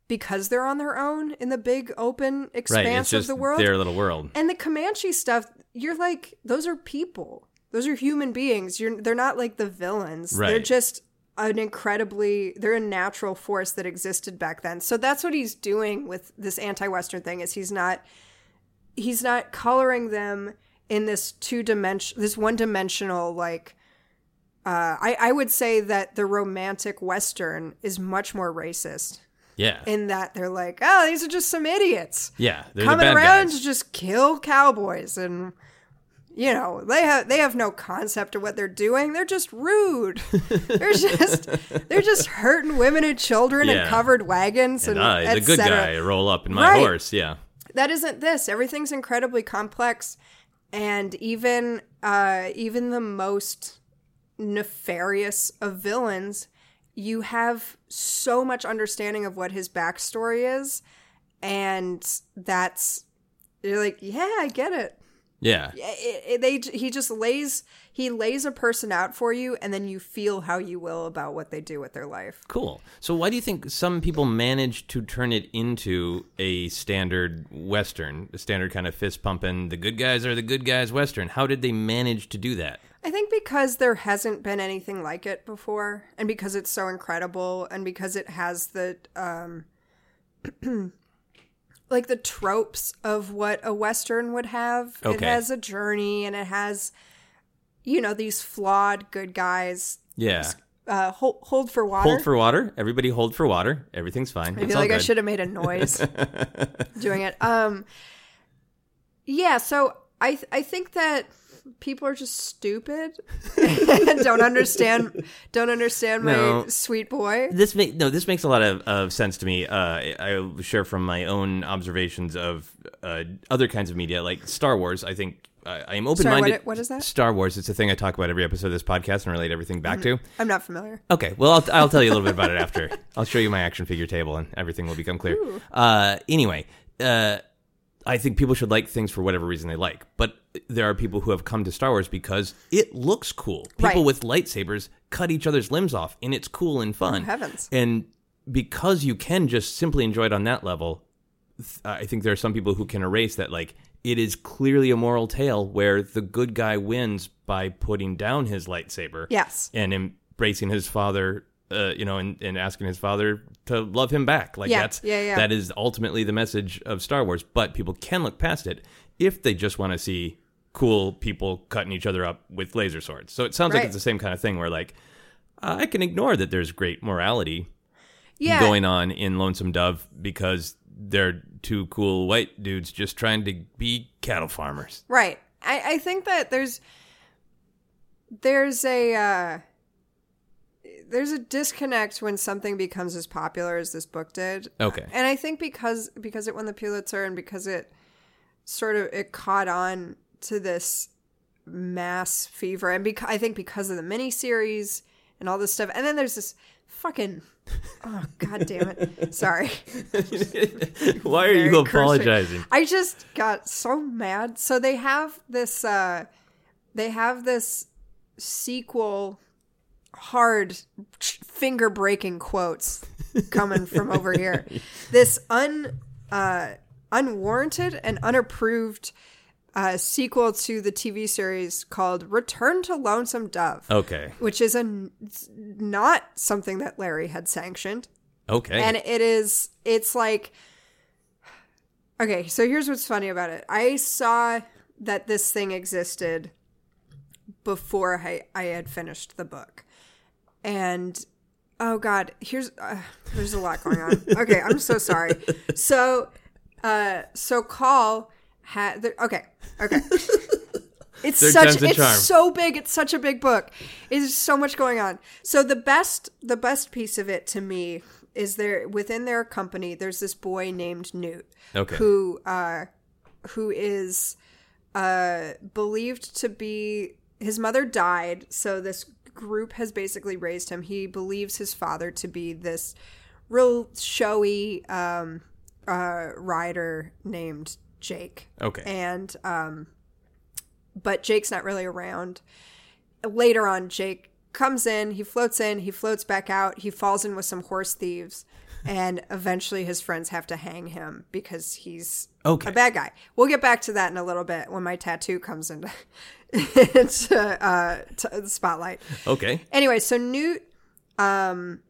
S3: because they're on their own in the big open
S2: Right. It's
S3: expanse
S2: just
S3: of the world.
S2: their little world.
S3: And the Comanche stuff, you're like, those are people. Those are human beings. You're they're not like the villains. They're
S2: Right.
S3: just an incredibly they're a natural force that existed back then. So that's what he's doing with this anti-western thing is he's not he's not coloring them in this two dimension this one dimensional like uh, I, I would say that the romantic western is much more racist
S2: Yeah.
S3: in that they're like, oh, these are just some idiots
S2: yeah. They're
S3: coming
S2: the bad
S3: around
S2: guys.
S3: to just kill cowboys and you know they have they have no concept of what they're doing they're just
S2: <laughs>
S3: rude they're just they're just hurting women and children
S2: Yeah.
S3: and covered wagons and,
S2: Ah, the
S3: et
S2: good
S3: cetera.
S2: guy roll up in my
S3: Right.
S2: horse. Yeah.
S3: that isn't this everything's incredibly complex and even uh even the most nefarious of villains you have so much understanding of what his backstory is and that's you're like yeah i get it
S2: Yeah.
S3: it, it, they he just lays he lays a person out for you and then you feel how you will about what they do with their life
S2: Cool. So why do you think some people manage to turn it into a standard Western, a standard kind of fist pumping, the good guys are the good guys Western? How did they manage to do that?
S3: I think because there hasn't been anything like it before, and because it's so incredible, and because it has the um, <clears throat> like the tropes of what a western would have. It
S2: Okay.
S3: has a journey, and it has, you know, these flawed good guys.
S2: Yeah.
S3: Uh, hold, hold for water.
S2: Hold for water. Everybody hold for water. Everything's fine.
S3: I
S2: It's
S3: feel
S2: all
S3: like I
S2: good.
S3: should have made
S2: <laughs>
S3: a noise doing it. Um, yeah. So I th- I think that people are just stupid
S2: <laughs>
S3: and don't understand don't understand
S2: No.
S3: my sweet boy.
S2: This make no. This makes a lot of, of sense to me. Uh, I- I'll share from my own observations of uh, other kinds of media, like Star Wars. I think I, I am open minded.
S3: Sorry, what- what is that?
S2: Star Wars. It's a thing I talk about every episode of this podcast and relate everything back to.
S3: I'm not familiar.
S2: Okay, well, I'll, I'll tell you a little bit about it after. <laughs> I'll show you my action figure table, and everything will become clear. Uh, anyway, uh, I think people should like things for whatever reason they like, but there are people who have come to Star Wars because it looks cool. People
S3: Right.
S2: with lightsabers cut each other's limbs off, and it's cool and fun.
S3: Oh, heavens.
S2: And because you can just simply enjoy it on that level, th- I think there are some people who can erase that, like. It is clearly a moral tale where the good guy wins by putting down his lightsaber
S3: Yes.
S2: and embracing his father uh, you know and, and asking his father to love him back like
S3: Yeah,
S2: that's
S3: yeah, yeah.
S2: that is ultimately the message of star wars but people can look past it if they just want to see cool people cutting each other up with laser swords so it sounds like
S3: Right.
S2: it's the same kind of thing where like i can ignore that there's great morality
S3: Yeah.
S2: going on in lonesome dove because they're two cool white dudes just trying to be cattle farmers
S3: Right. I, I think that there's there's a uh, there's a disconnect when something becomes as popular as this book did.
S2: Okay.
S3: And I think because because it won the Pulitzer and because it sort of it caught on to this mass fever and because I think because of the miniseries and all this stuff. And then there's this fucking oh <laughs> god damn it. Sorry.
S2: <laughs> why are you
S3: Very cursory.
S2: apologizing
S3: I just got so mad. So they have this uh they have this sequel hard finger breaking quotes coming from over here. This un uh unwarranted and unapproved uh, sequel to the TV series called Return to Lonesome Dove,
S2: okay
S3: which is a n- not something that Larry had sanctioned
S2: okay
S3: and it is it's like okay so here's what's funny about it i saw that this thing existed before i, I had finished the book and oh god here's uh, there's a lot
S2: <laughs>
S3: going on okay i'm so sorry so uh so call had okay
S2: <laughs>
S3: okay it's
S2: Third time's
S3: such
S2: the
S3: it's
S2: charm.
S3: so big it's such a big book there's so much going on so the best the best piece of it to me is there within their company there's this boy named newt
S2: Okay.
S3: who uh who is uh believed to be his mother died so this group has basically raised him he believes his father to be this real showy um uh rider named jake
S2: Okay.
S3: and um but jake's not really around later on jake comes in he floats in he floats back out he falls in with some horse thieves and eventually his friends have to hang him because he's
S2: Okay.
S3: a bad guy we'll get back to that in a little bit when my tattoo comes into, <laughs> into uh, to the spotlight
S2: okay
S3: anyway so newt um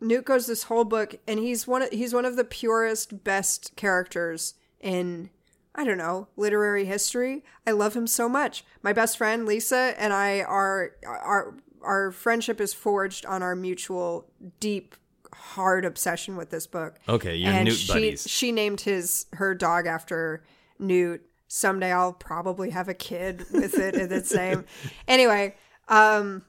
S3: newt goes this whole book and he's one of, he's one of the purest best characters in i don't know literary history i love him so much my best friend lisa and i are our our friendship is forged on our mutual deep hard obsession with this book.
S2: Okay, your
S3: and
S2: Newt
S3: she,
S2: buddies.
S3: She named his her dog after Newt. Someday I'll probably have a kid with it in its
S2: <laughs>
S3: name. Anyway, um,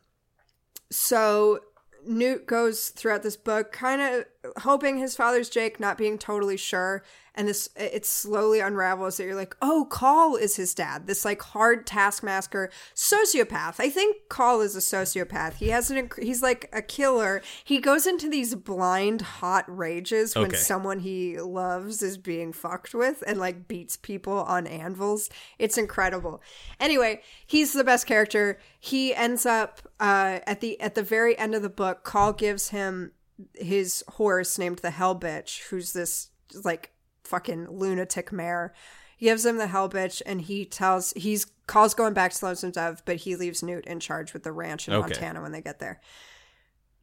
S3: so Newt goes throughout this book, kind of hoping his father's Jake, not being totally sure. And this, it slowly unravels that you're like, oh, Call is his dad. This like hard taskmaster sociopath. I think Call is a sociopath. He has an, inc- he's like a killer. He goes into these blind hot rages when
S2: Okay.
S3: someone he loves is being fucked with and like beats people on anvils. It's incredible. Anyway, he's the best character. He ends up uh, at the at the very end of the book. Call gives him his horse named the Hell Bitch, who's this like fucking lunatic mare. He gives him the Hell Bitch, and he tells he's Call's going back to Lonesome Dove, but he leaves Newt in charge with the ranch in
S2: Okay.
S3: Montana when they get there.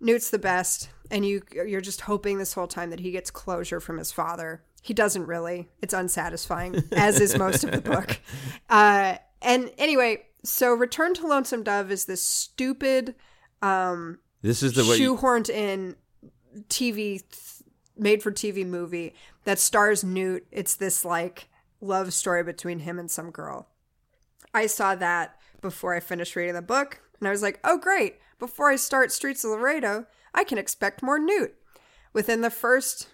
S3: Newt's the best, and you you're just hoping this whole time that he gets closure from his father. He doesn't really. It's unsatisfying, as is most of the book. Uh, and anyway, so Return to Lonesome Dove is this stupid, um,
S2: this is the way. you-
S3: shoehorned in TV made for TV movie that stars Newt. It's this like love story between him and some girl. I saw that before I finished reading the book, and I was like, "Oh great, before I start Streets of Laredo, I can expect more Newt." Within the first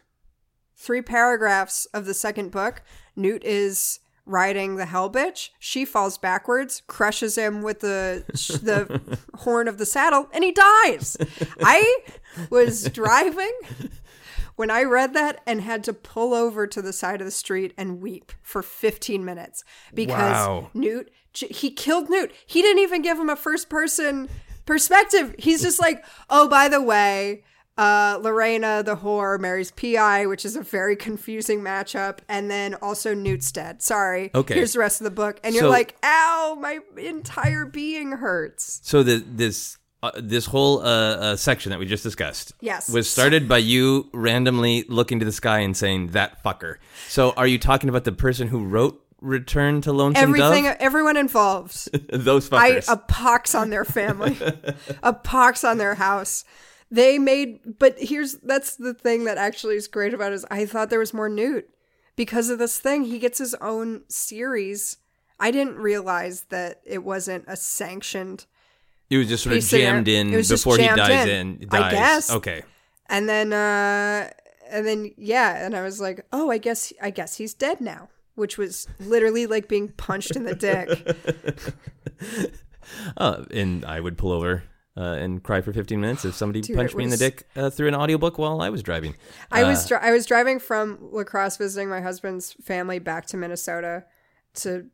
S3: three paragraphs of the second book, Newt is riding the hell bitch. She falls backwards, crushes him with the sh- the horn of the saddle, and he dies. I was driving when I read that and had to pull over to the side of the street and weep for 15 minutes because
S2: Wow.
S3: Newt j- he killed Newt. He didn't even give him a first person perspective. He's just like, "Oh, by the way, uh, Lorena the whore marries Pi, which is a very confusing matchup, and then also Newt's dead. Sorry.
S2: Okay.
S3: Here's the rest of the book, and you're
S2: So-
S3: like, "Ow, my entire being hurts."
S2: so the, this uh, this whole uh, uh, section that we just discussed,
S3: Yes.
S2: was started by you randomly looking to the sky and saying that fucker. So are you talking about the person who wrote Return to Lonesome
S3: Everything,
S2: Dove?
S3: everyone involved.
S2: Those
S3: I
S2: fuckers.
S3: a pox on their family, a pox on their house. They made, but here's that's the thing that actually is great about it is I thought there was more Newt because of this thing. He gets his own series. I didn't realize that it wasn't a sanctioned.
S2: it was just sort of
S3: piece of your-
S2: jammed in
S3: it was just
S2: before he
S3: jammed
S2: dies in.
S3: in, I
S2: dies.
S3: guess.
S2: Okay.
S3: And then, uh, and then yeah, and I was like, oh, I guess I guess he's dead now, which was literally like being punched in the dick.
S2: Uh, and I would pull over uh, and cry for 15 minutes if somebody
S3: Dude,
S2: punched
S3: it
S2: me in the
S3: was-
S2: dick uh, through an audiobook while I was driving.
S3: I
S2: Uh,
S3: was dri- I was driving from Lacrosse visiting my husband's family back to Minnesota to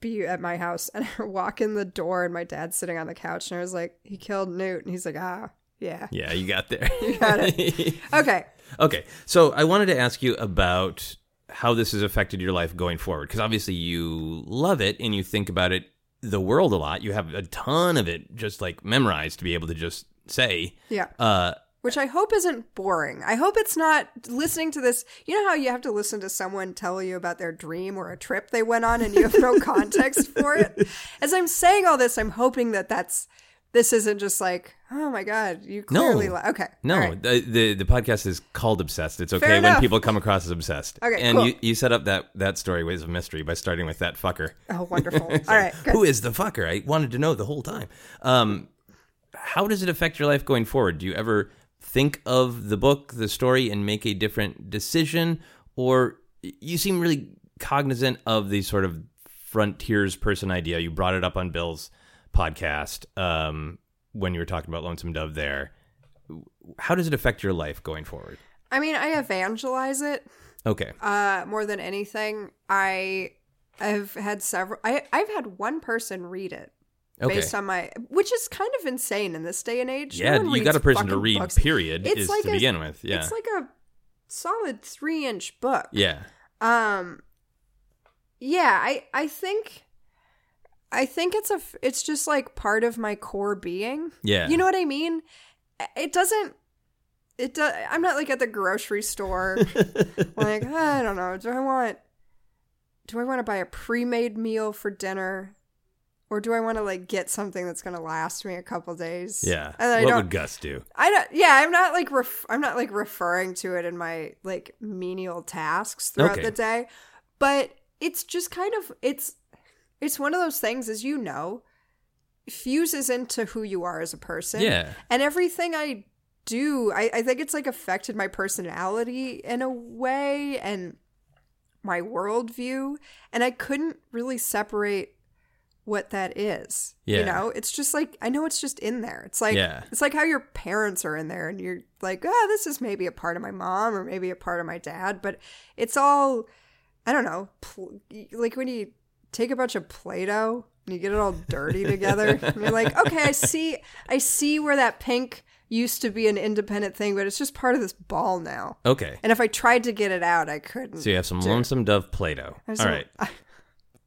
S3: be at my house, and <laughs> I walk in the door, and my dad's sitting on the couch, and I was like, he killed Newt, and he's like, ah, yeah,
S2: Yeah, you got
S3: <laughs>
S2: there.
S3: got it. okay,
S2: <laughs> Okay, so I wanted to ask you about how this has affected your life going forward, because obviously you love it and you think about it the world a lot. You have a ton of it just like memorized to be able to just say.
S3: yeah.
S2: Uh,
S3: Which I hope isn't boring. I hope it's not listening to this. You know how you have to listen to someone tell you about their dream or a trip they went on and you have no
S2: <laughs>
S3: context for it? As I'm saying all this, I'm hoping that that's this isn't just like, oh my God, you
S2: No.
S3: clearly. li- okay.
S2: no,
S3: all right.
S2: the, the the podcast is called Obsessed. It's okay
S3: Fair
S2: when
S3: enough.
S2: people come across as obsessed.
S3: Okay,
S2: and
S3: cool.
S2: you, you set up that that story was a mystery by starting with that fucker.
S3: Oh,
S2: <laughs>
S3: wonderful. all right. Good.
S2: Who is the fucker? I wanted to know the whole time. Um, how does it affect your life going forward? Do you ever think of the book, the story, and make a different decision? Or you seem really cognizant of the sort of frontiers person idea. You brought it up on Bill's podcast um, when you were talking about Lonesome Dove there. How does it affect your life going forward?
S3: I mean, I evangelize it
S2: Okay.
S3: uh, more than anything. I have had several, I, I've had one person read it.
S2: Okay.
S3: Based on my, which is kind of insane in this day and age. No
S2: yeah,
S3: one
S2: you got
S3: reads
S2: a person to
S3: fucking
S2: read,
S3: books.
S2: period,
S3: It's
S2: is
S3: like
S2: to
S3: a-
S2: begin with. Yeah.
S3: It's like a solid three inch book.
S2: yeah.
S3: Um. Yeah, I I think, I think it's a f- it's just like part of my core being.
S2: Yeah.
S3: You know what I mean? It doesn't. It do, I'm not like at the grocery store.
S2: <laughs>
S3: like "Ah, I don't know. Do I want? Do I want to buy a pre-made meal for dinner, or do I want to like get something that's gonna last me a couple days?
S2: Yeah.
S3: and I
S2: what
S3: don't.
S2: would Gus do?
S3: I don't. Yeah, I'm not like ref- I'm not like referring to it in my like menial tasks throughout
S2: Okay.
S3: the day, but it's just kind of it's it's one of those things as you know fuses into who you are as a person.
S2: Yeah.
S3: and everything I do, I, I think it's like affected my personality in a way and my worldview, and I couldn't really separate what that is.
S2: Yeah.
S3: You know, it's just like I know it's just in there. It's like
S2: Yeah.
S3: it's like how your parents are in there and you're like, "Oh, this is maybe a part of my mom or maybe a part of my dad," but it's all I don't know, pl- like when you take a bunch of Play-Doh and you get it all dirty
S2: <laughs>
S3: together and you're like, "Okay, I see I see where that pink used to be an independent thing, but it's just part of this ball now."
S2: Okay.
S3: And if I tried to get it out, I couldn't.
S2: So you have some lonesome dove Play-Doh.
S3: I was
S2: All right.
S3: like, "Ah,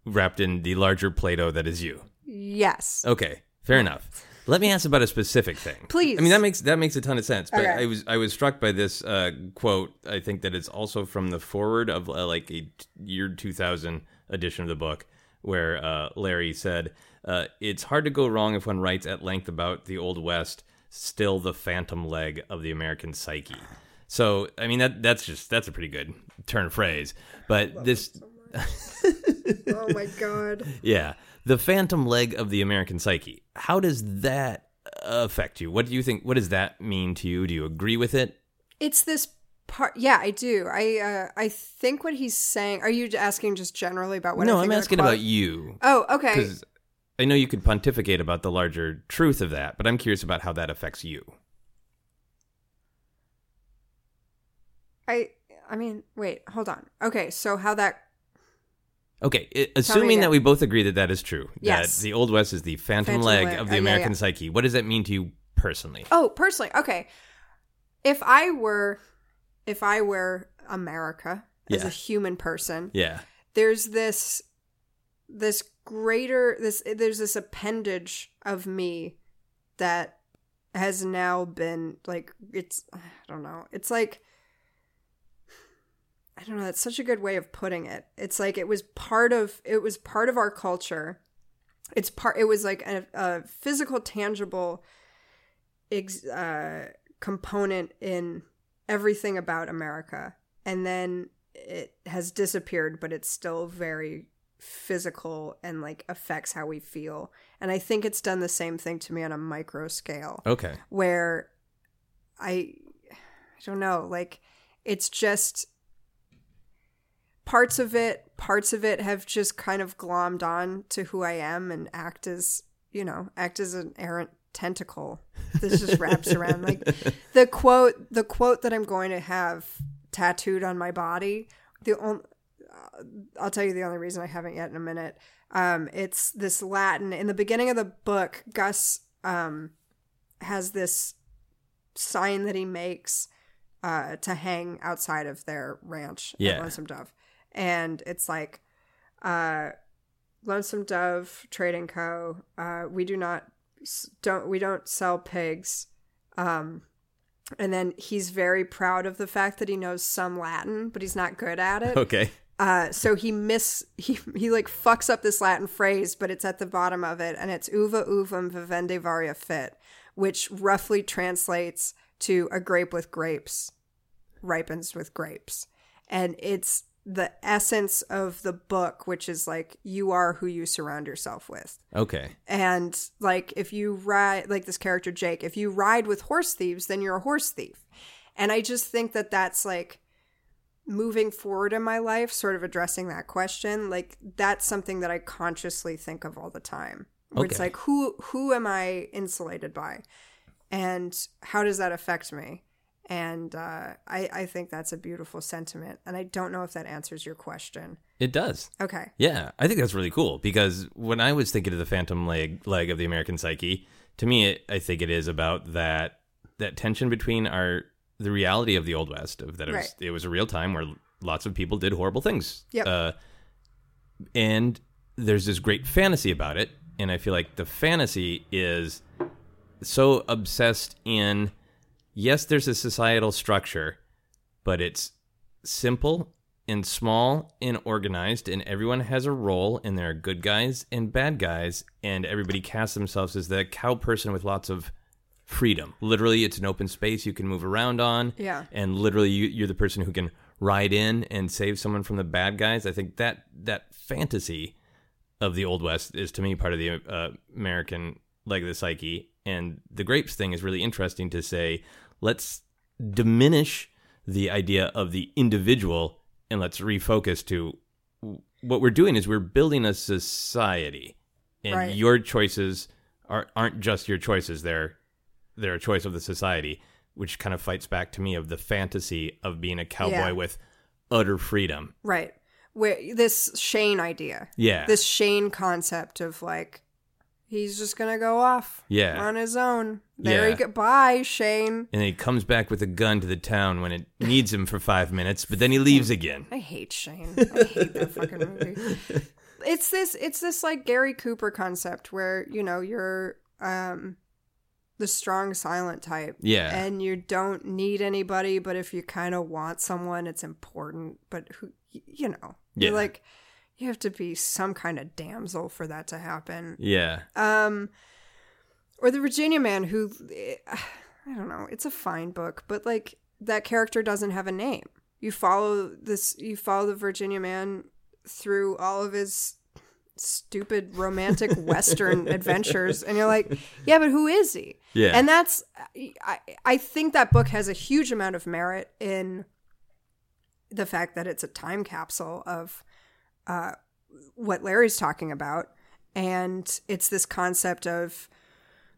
S2: Wrapped in the larger Play-Doh that is you.
S3: Yes.
S2: Okay, fair enough. Let me ask about a specific thing.
S3: Please.
S2: I mean that makes that makes a ton of sense. But
S3: Okay.
S2: I was I was struck by this uh, quote. I think that it's also from the forward of uh, like a t- year 2000 edition of the book, where uh, Larry said, uh, "It's hard to go wrong if one writes at length about the Old West, still the phantom leg of the American psyche." So I mean that that's just that's a pretty good turn of phrase. But this
S3: Oh my god.
S2: yeah. The phantom leg of the American psyche. How does that affect you? What do you think? What does that mean to you? Do you agree with it?
S3: It's this part. Yeah, I do. I uh, I think what he's saying. Are you asking just generally about what? I
S2: no, I'm
S3: think of the
S2: asking
S3: qual-
S2: about you.
S3: Oh, okay.
S2: Because I know you could pontificate about the larger truth of that, but I'm curious about how that affects you.
S3: I I mean, wait, hold on. Okay, so how that?
S2: Okay, i- assuming that
S3: again.
S2: we both agree that that is true,
S3: Yes.
S2: that the Old West is the phantom,
S3: Phantom
S2: leg,
S3: leg.
S2: of
S3: Oh,
S2: the
S3: yeah,
S2: American
S3: yeah.
S2: psyche, what does that mean to you personally?
S3: Oh, personally, okay. If I were, if I were America as
S2: Yeah.
S3: a human person,
S2: Yeah.
S3: there's this this greater this there's this appendage of me that has now been like it's I don't know. It's like I don't know, that's such a good way of putting it. It's like it was part of it was part of our culture. It's part it was like a, a physical tangible ex, uh, component in everything about America. And then it has disappeared, but it's still very physical and like affects how we feel. And I think it's done the same thing to me on a micro scale
S2: Okay.
S3: where I I don't know, like it's just parts of it, parts of it have just kind of glommed on to who I am and act as, you know, act as an errant tentacle. This just wraps around like the quote the quote that I'm going to have tattooed on my body. The only I'll tell you the only reason I haven't yet in a minute. Um, it's this Latin in the beginning of the book. Gus um, has this sign that he makes uh, to hang outside of their ranch
S2: Yeah.
S3: at Lonesome Dove, and it's like, uh, Lonesome Dove Trading Co. Uh, we do not s- don't we don't sell pigs. Um, and then he's very proud of the fact that he knows some Latin, but he's not good
S2: <laughs>
S3: at it.
S2: Okay.
S3: Uh, so he miss <laughs> he he like fucks up this Latin phrase, but it's at the bottom of it, and it's uva uvum vivendi varia fit, which roughly translates to a grape with grapes, ripens with grapes, and it's the essence of the book, which is like you are who you surround yourself with.
S2: Okay.
S3: And like if you ride like this character Jake, if you ride with horse thieves, then you're a horse thief. And I just think that that's like moving forward in my life, sort of addressing that question, like that's something that I consciously think of all the time. Where It's
S2: Okay.
S3: like who who am I insulated by? And how does that affect me? And uh, I, I think that's a beautiful sentiment. And I don't know if that answers your question.
S2: It does.
S3: Okay.
S2: Yeah, I think that's really cool because when I was thinking of the phantom leg leg of the American psyche, to me, it, I think it is about that that tension between our the reality of the old west of that it was
S3: Right.
S2: it was a real time where lots of people did horrible things.
S3: Yep.
S2: Uh, and there's this great fantasy about it, and I feel like the fantasy is so obsessed in yes, there's a societal structure, but it's simple and small and organized, and everyone has a role, and there are good guys and bad guys, and everybody casts themselves as the cow person with lots of freedom. Literally, it's an open space you can move around on.
S3: Yeah.
S2: And literally, you, you're the person who can ride in and save someone from the bad guys. I think that that fantasy of the old west is to me part of the uh, American leg of the psyche. And the grapes thing is really interesting to say. Let's diminish the idea of the individual and let's refocus to what we're doing is we're building a society and
S3: Right.
S2: your choices are, aren't just your choices they're they're a choice of the society which kind of fights back to me of the fantasy of being a cowboy
S3: Yeah.
S2: with utter freedom
S3: Right. Where this Shane idea.
S2: yeah
S3: This Shane concept of like he's just gonna go off.
S2: Yeah.
S3: On his own. There
S2: Yeah.
S3: he go bye, Shane.
S2: and then he comes back with a gun to the town when it needs him for five minutes but then he leaves again
S3: I hate Shane. I
S2: <laughs>
S3: hate that fucking movie. It's this it's this like Gary Cooper concept where, you know, you're um the strong silent type.
S2: Yeah.
S3: And you don't need anybody, but if you kind of want someone, it's important, but who y- you know.
S2: Yeah.
S3: You're like you have to be some kind of damsel for that to happen.
S2: yeah
S3: Um or the Virginia man who eh, I don't know, it's a fine book, but like that character doesn't have a name. You follow this you follow the Virginia man through all of his stupid romantic western adventures and you're like, yeah, but who is he?
S2: yeah
S3: And that's I I think that book has a huge amount of merit in the fact that it's a time capsule of uh, what Larry's talking about, and it's this concept of,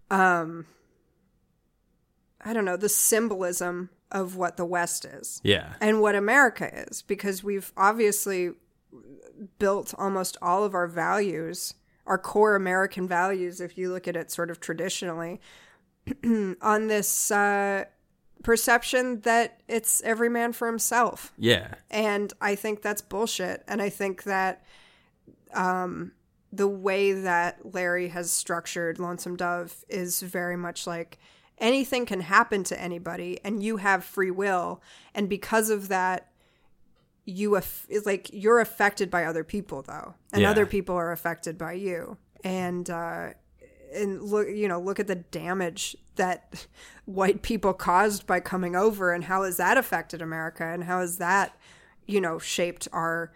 S3: um, I don't know, the symbolism of what the West is
S2: yeah
S3: and what America is, because we've obviously built almost all of our values, our core American values, if you look at it sort of traditionally, <clears throat> on this uh, perception that it's every man for himself.
S2: yeah
S3: And I think that's bullshit. And I think that um, the way that Larry has structured Lonesome Dove is very much like anything can happen to anybody, and you have free will. And because of that, you aff- it's like you're affected by other people though and
S2: Yeah.
S3: other people are affected by you and uh and look you know look at the damage that <laughs> white people caused by coming over and how has that affected america and how has that you know shaped our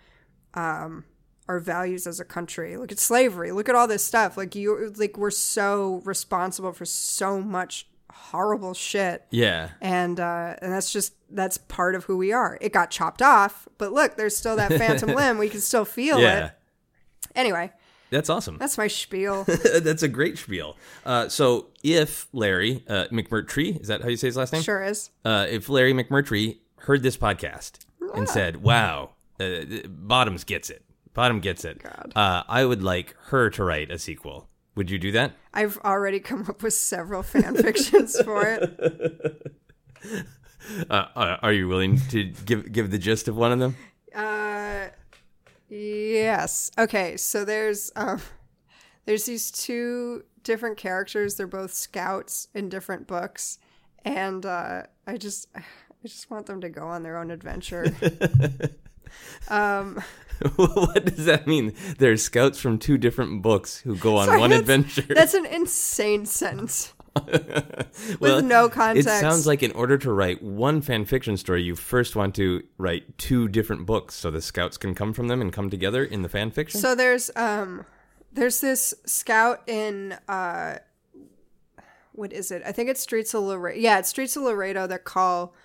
S3: um our values as a country look at slavery look at all this stuff like you like we're so responsible for so much horrible shit
S2: yeah
S3: and uh, and that's just that's part of who we are. It got chopped off, but look, there's still that phantom limb. We can still feel
S2: yeah
S3: it. Anyway,
S2: that's awesome
S3: that's my spiel.
S2: <laughs> That's a great spiel. Uh, so if Larry uh, McMurtry, is that how you say his last name?
S3: sure is.
S2: Uh, if Larry McMurtry heard this podcast and
S3: Ah.
S2: said, "Wow, uh, Bottoms gets it. Bottom gets it."
S3: God.
S2: Uh, I would like her to write a sequel. Would you do that?
S3: I've already come up with several fan fictions for it.
S2: Uh, are are you willing to give give the gist of one of them? <laughs>
S3: Uh, yes. Okay. So there's um, there's these two different characters. They're both scouts in different books, and uh, I just I just want them to go on their own
S2: <laughs>
S3: adventure. um.
S2: what does that mean? They're scouts from two different books who go on
S3: Sorry,
S2: one
S3: that's-
S2: adventure.
S3: That's an
S2: <laughs>
S3: insane sentence.
S2: well,
S3: no
S2: It
S3: context.
S2: sounds like in order to write one fan fiction story, you first want to write two different books so the scouts can come from them and come together in the fan fiction.
S3: So there's um there's this scout in uh what is it? I think it's Streets of Laredo. Yeah, it's Streets of Laredo that Call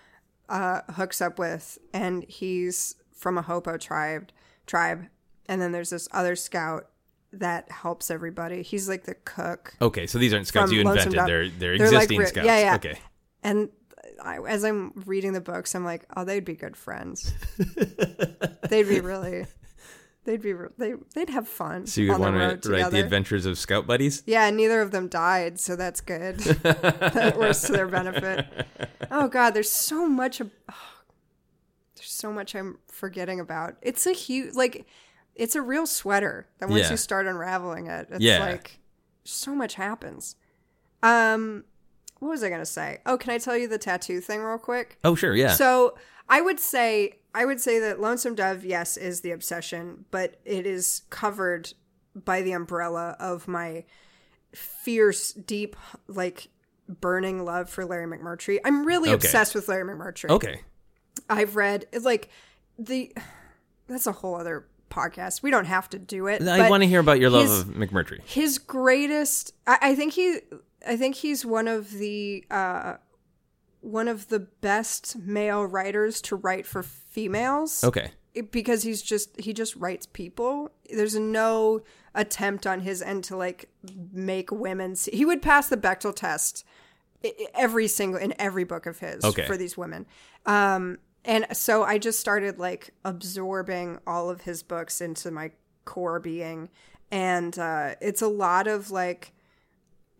S3: uh hooks up with and he's from a Hopo tribe tribe. And then there's this other scout that helps everybody. He's like the cook.
S2: okay, so these aren't scouts
S3: From
S2: you
S3: Lonesome
S2: invented;
S3: Dove.
S2: they're they're,
S3: They're like
S2: existing
S3: re-
S2: scouts.
S3: yeah, yeah.
S2: Okay,
S3: And I, as I'm reading the books, I'm like, oh, they'd be
S2: <laughs>
S3: good friends. they'd be really, they'd be, re- they, they'd have fun
S2: so you
S3: on
S2: would
S3: the
S2: want to
S3: road
S2: write
S3: together.
S2: the adventures of scout buddies.
S3: yeah, and neither of them died, so
S2: <laughs>
S3: that's good. that works to their benefit. Oh God, there's so much. ab- there's so much I'm forgetting about. It's a huge, like, it's a real sweater that once
S2: Yeah.
S3: you start unraveling it, it's
S2: Yeah.
S3: like so much happens. Um, what was I gonna say? Oh, can I tell you the tattoo thing real quick?
S2: Oh, sure, yeah.
S3: So I would say I would say that Lonesome Dove, yes, is the obsession, but it is covered by the umbrella of my fierce, deep, like burning love for Larry McMurtry. I'm really
S2: Okay.
S3: obsessed with Larry McMurtry.
S2: Okay.
S3: I've read like the that's a whole other podcast. We don't have to do it.
S2: I
S3: but
S2: want to hear about your love
S3: his-
S2: of McMurtry.
S3: his greatest I, I think he i think he's one of the uh one of the best male writers to write for females
S2: Okay.
S3: It- because he's just he just writes people there's no attempt on his end to like make women see. he would pass the bechtel test i- i- every single in every book of his
S2: Okay.
S3: for these women um and so i just started like absorbing all of his books into my core being and uh it's a lot of like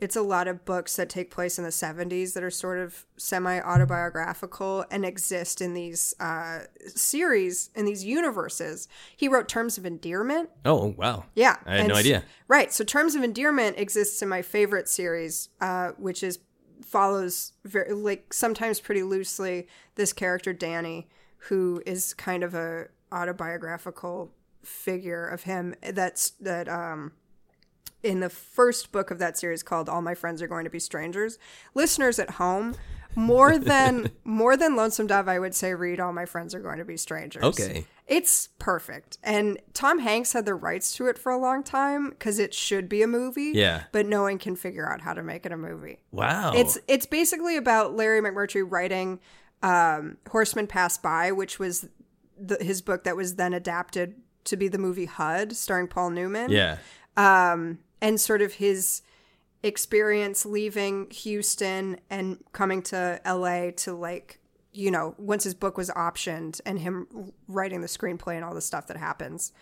S3: it's a lot of books that take place in the 70s that are sort of semi autobiographical and exist in these uh, series, in these universes. He wrote Terms of Endearment.
S2: Oh wow.
S3: Yeah.
S2: I had
S3: and
S2: no
S3: s-
S2: idea.
S3: Right. So Terms of Endearment exists in my favorite series, uh, which is follows very like sometimes pretty loosely this character Danny, who is kind of a autobiographical figure of him that's that um in the first book of that series called All My Friends Are Going to Be Strangers. Listeners at home, more
S2: <laughs>
S3: than more than Lonesome Dove, I would say read All My Friends Are Going to Be Strangers.
S2: Okay.
S3: It's perfect. And Tom Hanks had the rights to it for a long time because it should be a movie.
S2: Yeah. Oh.
S3: But no one can figure out how to make it a movie.
S2: Wow.
S3: It's it's basically about Larry McMurtry writing um, "Horseman Pass By," which was the, his book that was then adapted to be the movie HUD, starring Paul Newman
S2: yeah.
S3: and sort of his experience leaving Houston and coming to LA to like you know once his book was optioned and him writing the screenplay and all the stuff that happens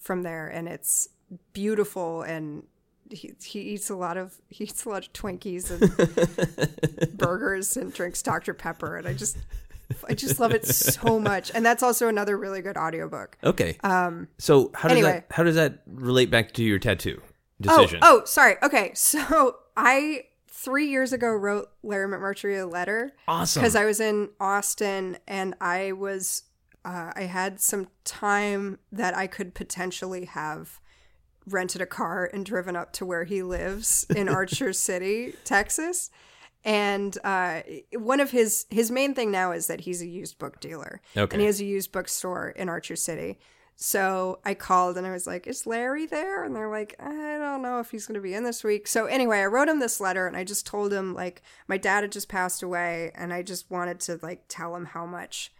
S3: from there and it's beautiful and he, he eats a lot of he eats a lot of Twinkies and burgers and drinks Dr Pepper and I just I just love it so much and that's also another really good audiobook
S2: Okay. Um. So how does
S3: anyway.
S2: that how does that relate back to your tattoo decision?
S3: Oh, oh, sorry. Okay, <laughs> so I three years ago wrote Larry McMurtry a letter
S2: awesome.
S3: because I was in Austin and I was uh, I had some time that I could potentially have rented a car and driven up to where he lives in Archer City, Texas. And uh, one of his his main thing now is that he's a used book dealer,
S2: Okay.
S3: and he has a used bookstore in Archer City. So I called and I was like, "Is Larry there?" And they're like, "I don't know if he's going to be in this week." So anyway, I wrote him this letter and I just told him like my dad had just passed away, and I just wanted to like tell him how much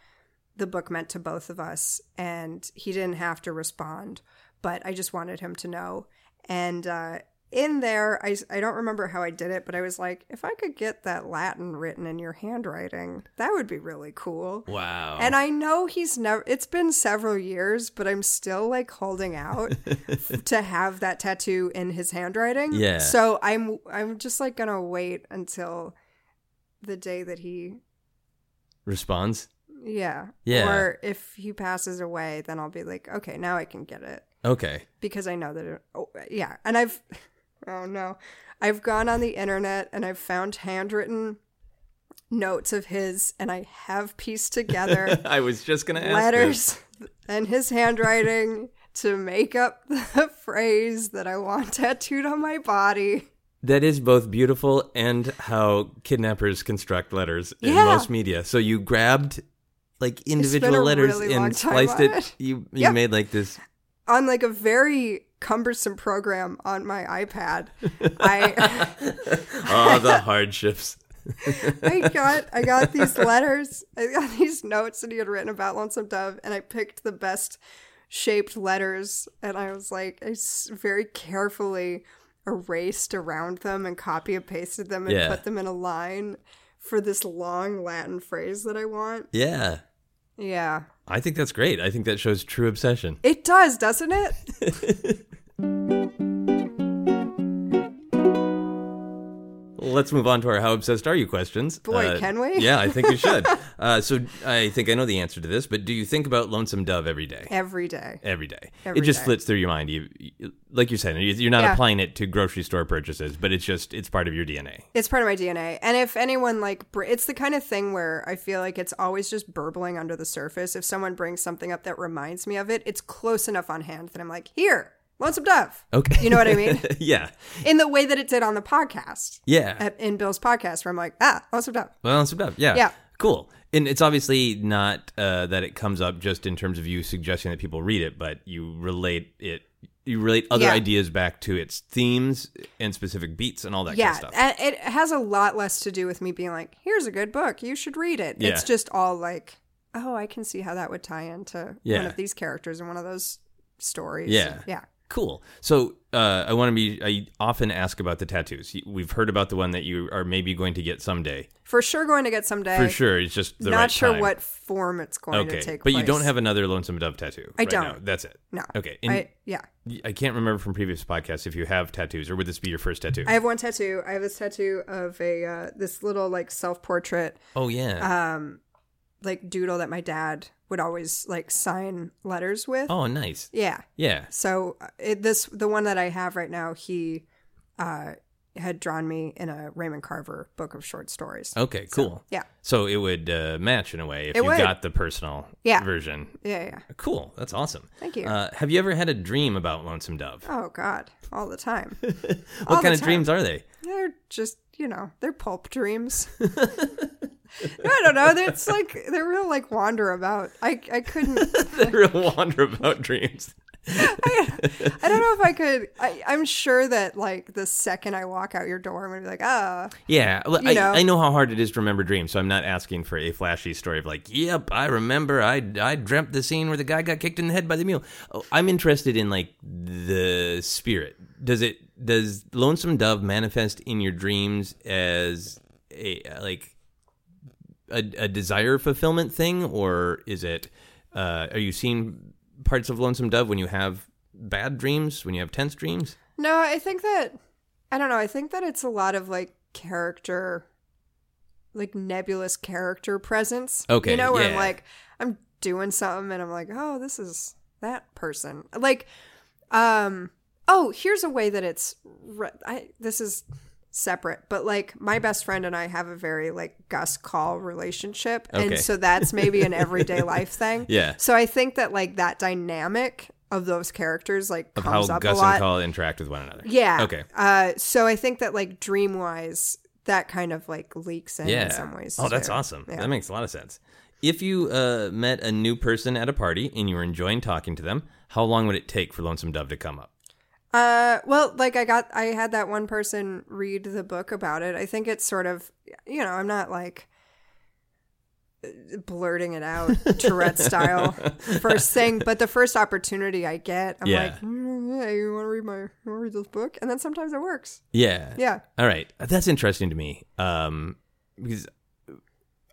S3: the book meant to both of us and he didn't have to respond but i just wanted him to know and uh, in there I, I don't remember how i did it but i was like if i could get that latin written in your handwriting that would be really cool
S2: wow.
S3: and i know he's never it's been several years but i'm still like holding out
S2: <laughs>
S3: to have that tattoo in his handwriting
S2: Yeah.
S3: so i'm i'm just like gonna wait until the day that he
S2: responds.
S3: yeah.
S2: Yeah.
S3: Or if he passes away, then I'll be like, okay, now I can get it
S2: Okay.
S3: because I know that it. Oh, yeah. And I've, <laughs> oh no, I've gone on the internet and I've found handwritten notes of his, and I have pieced together
S2: <laughs> I was just gonna ask. this.
S3: letters and his handwriting to make up <laughs> the phrase that I want <laughs> tattooed on my body.
S2: That is both beautiful and how kidnappers construct letters in
S3: Yeah.
S2: most media. So you grabbed like individual
S3: a
S2: letters
S3: really long
S2: and
S3: time
S2: spliced
S3: on
S2: it.
S3: it.
S2: You you
S3: Yep.
S2: made like
S3: <laughs>
S2: this.
S3: on like a very cumbersome program on my iPad. I
S2: Ah, the hardships.
S3: I got I got these letters. I got these notes that he had written about Lonesome Dove, and I picked the best shaped letters, and I was like, I s- very carefully erased around them and copy and pasted them and
S2: Yeah.
S3: put them in a line for this long Latin phrase that I want.
S2: Yeah.
S3: Yeah,
S2: I think that's great. I think that shows true obsession.
S3: it does, doesn't it?
S2: Let's move on to our how obsessed are you questions. Uh,
S3: Boy, can we?
S2: yeah, I think we
S3: <laughs>
S2: should. uh, so I think I know the answer to this, but do you think about Lonesome Dove every day?
S3: every day.
S2: Every day.
S3: Every
S2: it just
S3: day.
S2: flits through your mind. You, you, like you said, you- you're not
S3: Yeah.
S2: applying it to grocery store purchases, but it's just it's part of your DNA.
S3: It's part of my DNA. And if anyone like, br- it's the kind of thing where I feel like it's always just burbling under the surface. If someone brings something up that reminds me of it, it's close enough on hand that I'm like, here, lonesome dove.
S2: Okay.
S3: You know what
S2: <laughs>
S3: I mean?
S2: yeah.
S3: In the way that it did on the podcast,
S2: Yeah.
S3: at- in Bill's podcast, where I'm like, ah, lonesome dove.
S2: Well, it's about yeah,
S3: Yeah.
S2: cool. And it's obviously not uh, that it comes up just in terms of you suggesting that people read it, but you relate it, you relate other
S3: Yeah.
S2: ideas back to its themes and specific beats and all that
S3: Yeah,
S2: kind of stuff.
S3: a- it has a lot less to do with me being like, here's a good book, you should read it.
S2: Yeah.
S3: It's just all like, oh, I can see how that would tie into
S2: Yeah.
S3: one of these characters in one of those stories.
S2: Yeah.
S3: Yeah.
S2: Cool. So uh, I want to be. I often ask about the tattoos. We've heard about the one that you are maybe going to get someday.
S3: For sure going to get someday.
S2: For sure, it's just the
S3: Uh, Not
S2: right
S3: sure
S2: time.
S3: what form it's going
S2: Okay,
S3: to take
S2: but
S3: place.
S2: you don't have another lonesome dove tattoo.
S3: I
S2: right
S3: don't.
S2: now. That's it.
S3: No.
S2: Okay. And
S3: I, yeah.
S2: I can't remember from previous podcasts if you have tattoos or would this be your first tattoo?
S3: I have one tattoo. I have this tattoo of a uh, this little like self portrait
S2: oh yeah.
S3: um like doodle that my dad would always like sign letters with.
S2: oh nice.
S3: Yeah.
S2: Yeah.
S3: So uh, it, this the one that I have right now. He uh, had drawn me in a Raymond Carver book of short stories.
S2: Okay, cool.
S3: yeah.
S2: So it would uh, match in a way if
S3: It
S2: you
S3: would.
S2: got the personal
S3: Yeah.
S2: version.
S3: Yeah, yeah.
S2: Cool. That's awesome.
S3: Thank you.
S2: Uh, have you ever had a dream about Lonesome Dove?
S3: Oh God, all the time.
S2: what kind
S3: the
S2: of
S3: time.
S2: dreams are
S3: <laughs>
S2: they? <laughs>
S3: They're just you know they're pulp dreams. I don't know. It's like they're real like wander about. I I couldn't.
S2: the real wanderabout dreams.
S3: I don't know if I could. I, I'm sure that like the second I walk out your door, I'm gonna be like, ah,
S2: Yeah, well,
S3: You
S2: I,
S3: know.
S2: I know how hard it is to remember dreams, so I'm not asking for a flashy story of like, "Yep, I remember. I I dreamt the scene where the guy got kicked in the head by the mule." Oh, I'm interested in like the spirit. Does it does Lonesome Dove manifest in your dreams as a like a, a desire fulfillment thing, or is it? Uh, are you seeing parts of Lonesome Dove when you have bad dreams, when you have tense dreams?
S3: No, I think that I don't know. I think that it's a lot of like character, like nebulous character presence.
S2: Okay,
S3: you know where I'm
S2: yeah.
S3: like I'm doing something and I'm like, oh, this is that person. Like, um, oh, here's a way that it's. Re- I this is separate, but like my best friend and I have a very like Gus call relationship,
S2: Okay.
S3: and so that's maybe an
S2: <laughs>
S3: everyday life thing.
S2: Yeah.
S3: So I think that like that dynamic of those characters like
S2: Of how
S3: comes up
S2: Gus
S3: a lot.
S2: and Call interact with one another.
S3: Yeah.
S2: Okay.
S3: Uh, so I think that like dream wise, that kind of like leaks in
S2: yeah.
S3: in some ways.
S2: Oh, that's
S3: too.
S2: awesome.
S3: Yeah.
S2: That makes a lot of sense. If you uh, met a new person at a party and you were enjoying talking to them, how long would it take for Lonesome Dove to come up?
S3: Uh, well, like I got, I had that one person read the book about it. I think it's sort of, you know, I'm not like blurting it out
S2: <laughs>
S3: Tourette style first thing, but the first opportunity I get, I'm
S2: Yeah.
S3: like, "Mm, yeah, you want to read my, you want to read this book? And then sometimes it works.
S2: Yeah.
S3: Yeah.
S2: All right. That's interesting to me. Um, because uh,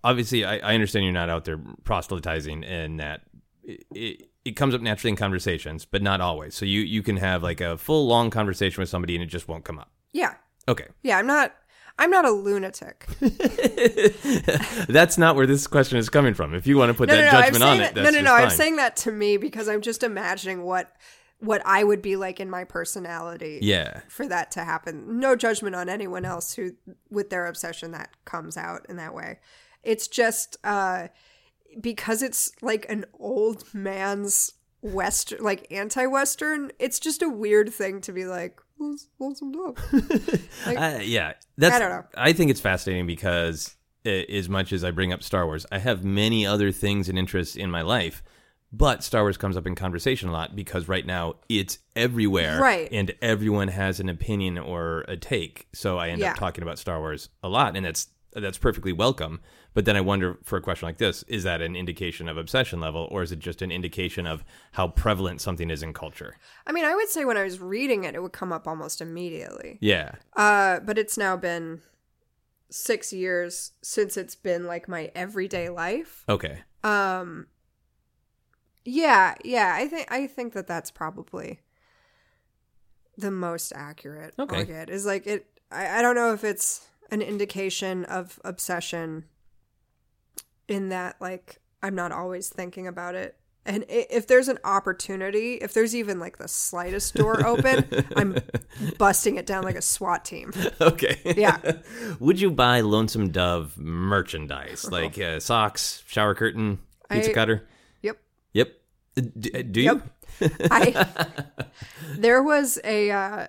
S2: obviously, I, I understand you're not out there proselytizing and that it, it, it comes up naturally in conversations, but not always. So you, you can have like a full, long conversation with somebody and it just won't come up.
S3: Yeah.
S2: <laughs> Okay.
S3: Yeah. I'm not, I'm not a lunatic.
S2: That's not where this question is coming from. If you want to put that
S3: I'm
S2: judgment on
S3: saying
S2: it,
S3: that-
S2: that's
S3: no,
S2: just
S3: no, no. I'm
S2: fine.
S3: saying that to me because I'm just imagining what what I would be like in my personality.
S2: Yeah.
S3: For that to happen, no judgment on anyone else who, with their obsession, that comes out in that way. It's just uh, because it's like an old man's west, like anti-western. It's just a weird thing to be like, "Let's- let's
S2: <laughs>
S3: some dog." Like-
S2: Uh, yeah, that's. I
S3: don't know.
S2: think it's fascinating because uh, as much as I bring up Star Wars, I have many other things and interests in my life, but Star Wars comes up in conversation a lot because right now it's everywhere,
S3: Right.
S2: And everyone has an opinion or a take, so I end
S3: Yeah.
S2: up talking about Star Wars a lot, and that's that's perfectly welcome. But then I wonder for a question like this: Is that an indication of obsession level, or is it just an indication of how prevalent something is in culture?
S3: I mean, I would say when I was reading it, it would come up almost immediately.
S2: Yeah,
S3: Uh, but it's now been six years since it's been like my everyday life.
S2: okay.
S3: Um, yeah, yeah. I think I think that that's probably the most accurate.
S2: Okay.
S3: I'll get, is like it. I, I don't know if it's. an indication of obsession in that like I'm not always thinking about it. And i- if there's an opportunity, if there's even like the slightest door open, I'm busting it down like a SWAT team.
S2: <laughs> Okay.
S3: Yeah.
S2: Would you buy Lonesome Dove merchandise like uh, socks, shower curtain, pizza
S3: I-
S2: cutter?
S3: Yep.
S2: Yep. D- uh, do you?
S3: Yep. <laughs> I there was a uh,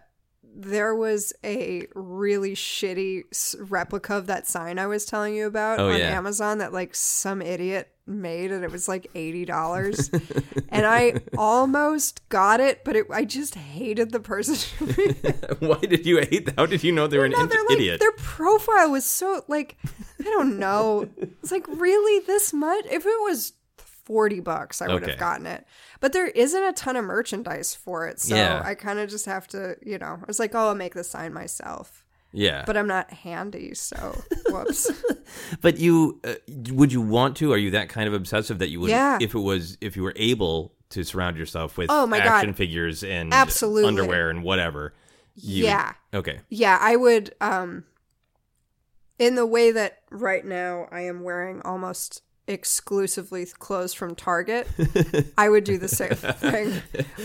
S3: there was a really shitty s- replica of that sign I was telling you about
S2: Oh,
S3: on
S2: yeah.
S3: Amazon that like some idiot made and it was like eighty dollars, and
S2: <laughs>
S3: I almost got it, but it, I just hated the person. who made it.
S2: <laughs> Why did you hate? How did you know they were an
S3: No,
S2: ind-
S3: they're, like,
S2: idiot?
S3: Their profile was so like I
S2: <laughs>
S3: don't know. It's like really this much. If it was forty bucks, I would
S2: Okay.
S3: have gotten it. But there isn't a ton of merchandise for it, so
S2: Yeah.
S3: I kind of just have to, you know. I was like, oh, I'll make the sign myself,
S2: yeah.
S3: but I'm not handy,
S2: <laughs>
S3: so whoops.
S2: But you uh, would you want to? Are you that kind of obsessive that you would
S3: Yeah.
S2: if it was if you were able to surround yourself with
S3: Oh my God.
S2: action figures and
S3: Absolutely.
S2: underwear and whatever? you-
S3: yeah,
S2: Okay. <laughs>
S3: yeah, I would. Um, in the way that right now I am wearing almost exclusively clothes from Target, I would do the same <laughs> thing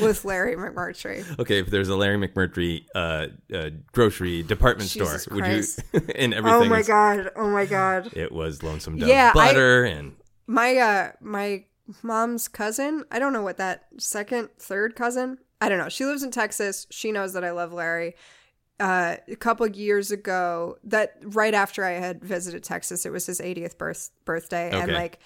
S3: with Larry McMurtry.
S2: Okay, if there's a Larry McMurtry uh, uh, grocery department
S3: Jesus
S2: store,
S3: Christ.
S2: would you? <laughs> and everything.
S3: Oh my
S2: is-
S3: god! Oh my god!
S2: It was Lonesome Dove
S3: Yeah, I-
S2: butter and
S3: My uh, my mom's cousin. I don't know what that second, third cousin. I don't know. She lives in Texas. She knows that I love Larry. Uh, a couple of years ago, that right after I had visited Texas, it was his 80th birth birthday, and
S2: Okay.
S3: like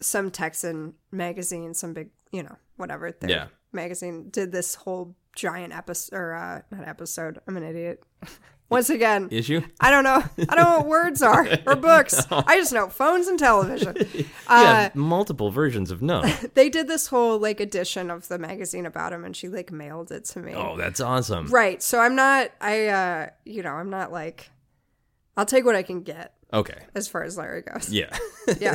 S3: some Texan magazine, some big, you know, whatever. Their
S2: Yeah.
S3: Magazine did this whole giant episode, or uh, not episode. I'm an idiot. <laughs> Once again,
S2: issue.
S3: I don't know. I don't know what words are
S2: <laughs>
S3: or books. I just know phones and television.
S2: yeah,
S3: Uh,
S2: multiple versions of no.
S3: They did this whole like edition of the magazine about him, and she like mailed it to me.
S2: <laughs> oh, that's awesome.
S3: Right. So I'm not. I uh, you know, I'm not like. I'll take what I can get
S2: Okay.
S3: as far as Larry goes.
S2: Yeah.
S3: <laughs>
S2: <laughs>
S3: Yeah.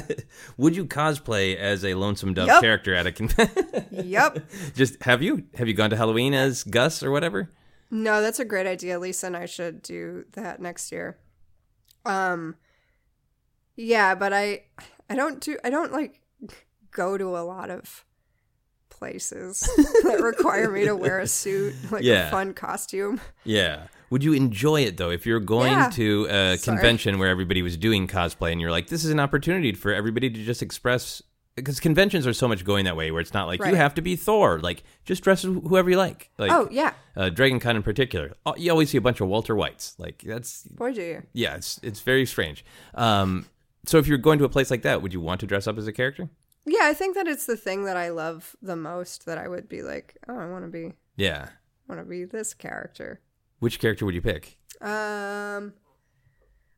S2: would you cosplay as a Lonesome Dove
S3: Yup.
S2: character at a con- <laughs>
S3: yep.
S2: Just have you have you gone to Halloween as Gus or whatever?
S3: No, that's a great idea, Lisa, and I should do that next year. Um, yeah, but I, I don't do, I don't like go to a lot of places that require me to wear a suit, like
S2: Yeah.
S3: a fun costume.
S2: Yeah. Would you enjoy it though if you're going
S3: Yeah.
S2: to a
S3: Sorry.
S2: convention where everybody was doing cosplay and you're like, this is an opportunity for everybody to just express because conventions are so much going that way where it's not like you
S3: Right.
S2: have to be Thor, like just dress as wh- whoever you like. Like
S3: oh yeah,
S2: uh, Dragon Con in particular, oh, you always see a bunch of Walter Whites. Like that's
S3: boy do you.
S2: yeah, it's it's very strange. Um, so if you're going to a place like that, would you want to dress up as a character?
S3: Yeah, I think that it's the thing that I love the most. That I would be like, oh, I want to be,
S2: Yeah.
S3: want to be this character.
S2: Which character would you pick?
S3: Um,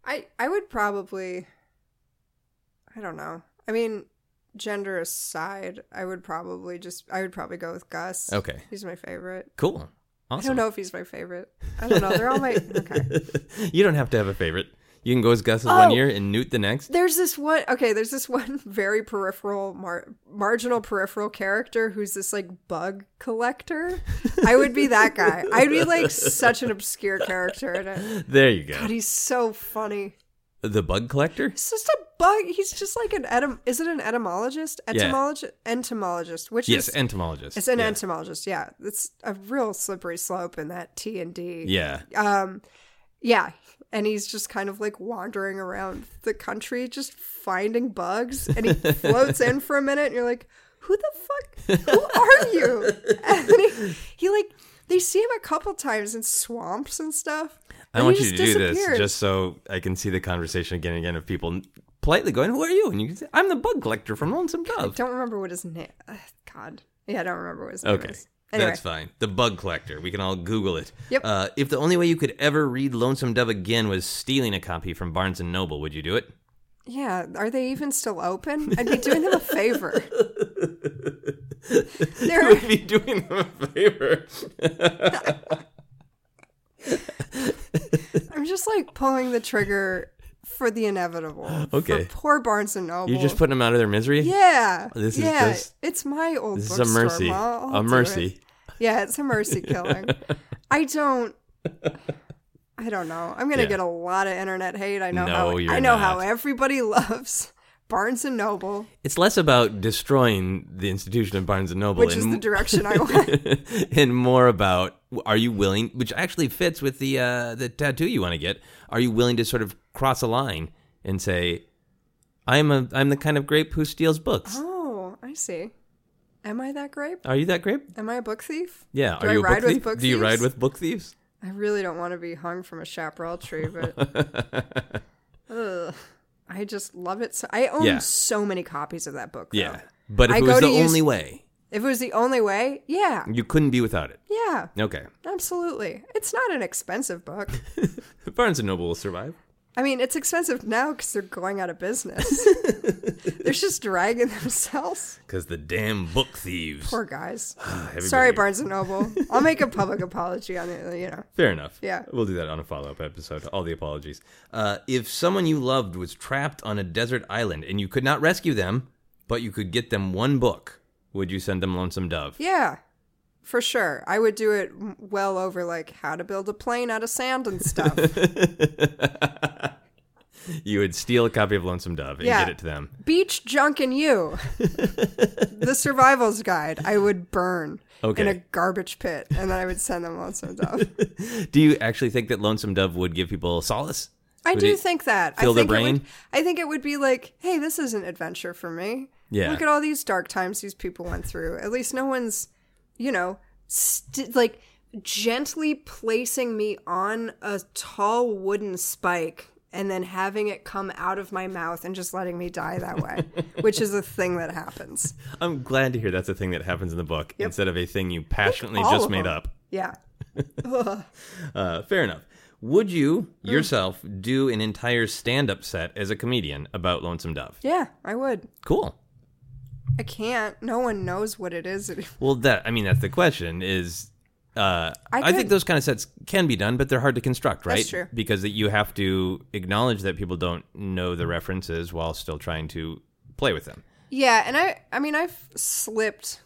S3: I I would probably. I don't know. I mean, gender aside, I would probably just I would probably go with Gus.
S2: Okay.
S3: he's my favorite.
S2: Cool. Awesome.
S3: I
S2: <laughs>
S3: don't know if he's my favorite. I don't know. They're all my okay.
S2: you don't have to have a favorite. You can go as Gus as one
S3: Oh.
S2: year and Newt the next.
S3: There's this one. Okay, there's this one <laughs> very peripheral, mar- marginal peripheral character who's this like bug collector. I would be that guy. I'd be like such an obscure character in it.
S2: There you go.
S3: God, he's so funny.
S2: The bug collector?
S3: It's just a bug. He's just like an etym. Is it an etymologist?
S2: Yeah.
S3: Etymologist. Entomologist. Which
S2: Yes,
S3: is
S2: entomologist.
S3: it's an
S2: yeah.
S3: entomologist. Yeah, it's a real slippery slope in that T and D.
S2: Yeah.
S3: Um, yeah, and he's just kind of like wandering around the country, just finding bugs,
S2: <laughs>
S3: and he floats in for a minute, and you're like, "Who the fuck? Who
S2: <laughs>
S3: are you?" And then he, he like they see him a couple times in swamps and stuff.
S2: I
S3: and
S2: want
S3: he
S2: you to
S3: just
S2: do this
S3: disappears.
S2: just so I can see the conversation again and again of people politely going, Who are you? And you can say, I'm the bug collector from Lonesome Dove.
S3: don't remember what his name. God, yeah, I don't remember what his name
S2: Okay.
S3: is. Anyway,
S2: That's fine. The bug collector. We can all Google it.
S3: Yep.
S2: Uh, if the only way you could ever read Lonesome Dove again was stealing a copy from Barnes and Noble, would you do
S3: <laughs>
S2: it?
S3: yeah, are they even still open? I'd be doing them
S2: <laughs>
S3: a favor.
S2: You
S3: They're
S2: would be doing them a favor.
S3: I'm just like pulling the trigger for the inevitable.
S2: Okay.
S3: For poor Barnes and Noble.
S2: You're just putting them out of their misery.
S3: yeah.
S2: This is
S3: yeah,
S2: just-
S3: it's my old.
S2: This is a
S3: bookstore,
S2: mercy.
S3: Ma. I'll
S2: a
S3: do
S2: mercy. <laughs>
S3: it. Yeah, it's a mercy killing. I don't. I don't know. I'm gonna
S2: Yeah.
S3: get a lot of internet hate. I know
S2: No,
S3: how
S2: you're
S3: I know how
S2: not.
S3: everybody <laughs> loves Barnes and Noble,
S2: It's less about destroying the institution of Barnes and Noble,
S3: which
S2: and
S3: is the
S2: m-
S3: direction I went.
S2: <laughs> and more about are you willing which actually fits with the uh the tattoo you want to get are you willing to sort of cross a line and say i'm a i'm the kind of grape who steals books
S3: Oh, I see. Am I that grape?
S2: are you that grape
S3: Am I a book thief?
S2: yeah
S3: Do
S2: are
S3: I
S2: you a
S3: ride
S2: book
S3: with
S2: thief
S3: book
S2: do you ride
S3: thieves?
S2: with book thieves
S3: I really don't want to be hung from a chaparral tree, but
S2: <laughs>
S3: Ugh. I just love it. So I own
S2: Yeah.
S3: so many copies of that book. though.
S2: yeah but if
S3: I
S2: it
S3: go
S2: was
S3: to
S2: the
S3: use-
S2: only way
S3: If it was the only way, yeah,
S2: you couldn't be without it
S3: yeah,
S2: okay <laughs>
S3: absolutely. It's not an expensive book.
S2: barnes and noble will survive
S3: I mean, it's expensive now because they're going out of
S2: <laughs>
S3: business. they're just dragging themselves.
S2: because the damn book thieves Oh,
S3: Poor guys.
S2: <sighs> Everybody-
S3: Sorry, Barnes and Noble. I'll make a public apology on it. You know,
S2: Fair enough.
S3: Yeah.
S2: We'll do that on a follow up episode. All the apologies. Uh, if someone you loved was trapped on a desert island and you could not rescue them, but you could get them one book, would you send them Lonesome Dove?
S3: yeah, for sure. I would do it m- well over like how to build a plane out of sand and stuff.
S2: You would steal a copy of Lonesome Dove and
S3: Yeah.
S2: get it to them.
S3: Beach Junk and
S2: <laughs>
S3: You, the survival's guide, I would burn in
S2: Okay.
S3: a garbage pit and then I would send them
S2: <laughs>
S3: Lonesome Dove.
S2: Do you actually think that Lonesome Dove would give people solace?
S3: I
S2: Would
S3: do
S2: it
S3: think that.
S2: fill
S3: I
S2: their
S3: think It
S2: brain?
S3: would, I think it would be like, hey, this is an adventure for me.
S2: Yeah.
S3: Look at all these dark times these people went through. At least no one's, you know, st- like gently placing me on a tall wooden spike and then having it come out of my mouth and just letting me die that way, which is a thing that happens.
S2: I'm glad to hear that's a thing that happens in the book instead of a thing you passionately
S3: all
S2: just
S3: of
S2: made
S3: them.
S2: up.
S3: Yeah.
S2: Uh, fair enough. Would you
S3: Mm.
S2: yourself do an entire stand up set as a comedian about Lonesome Dove?
S3: Yeah, I would.
S2: Cool.
S3: I can't. No one knows what it is. anymore. <laughs>
S2: Well, that I mean, that's the question. Is uh, I, think
S3: could-
S2: those kind of sets can be done, but they're hard to construct, right?
S3: true.
S2: Because that you have to acknowledge that people don't know the references while still trying to play with them.
S3: Yeah, and I I mean I've slipped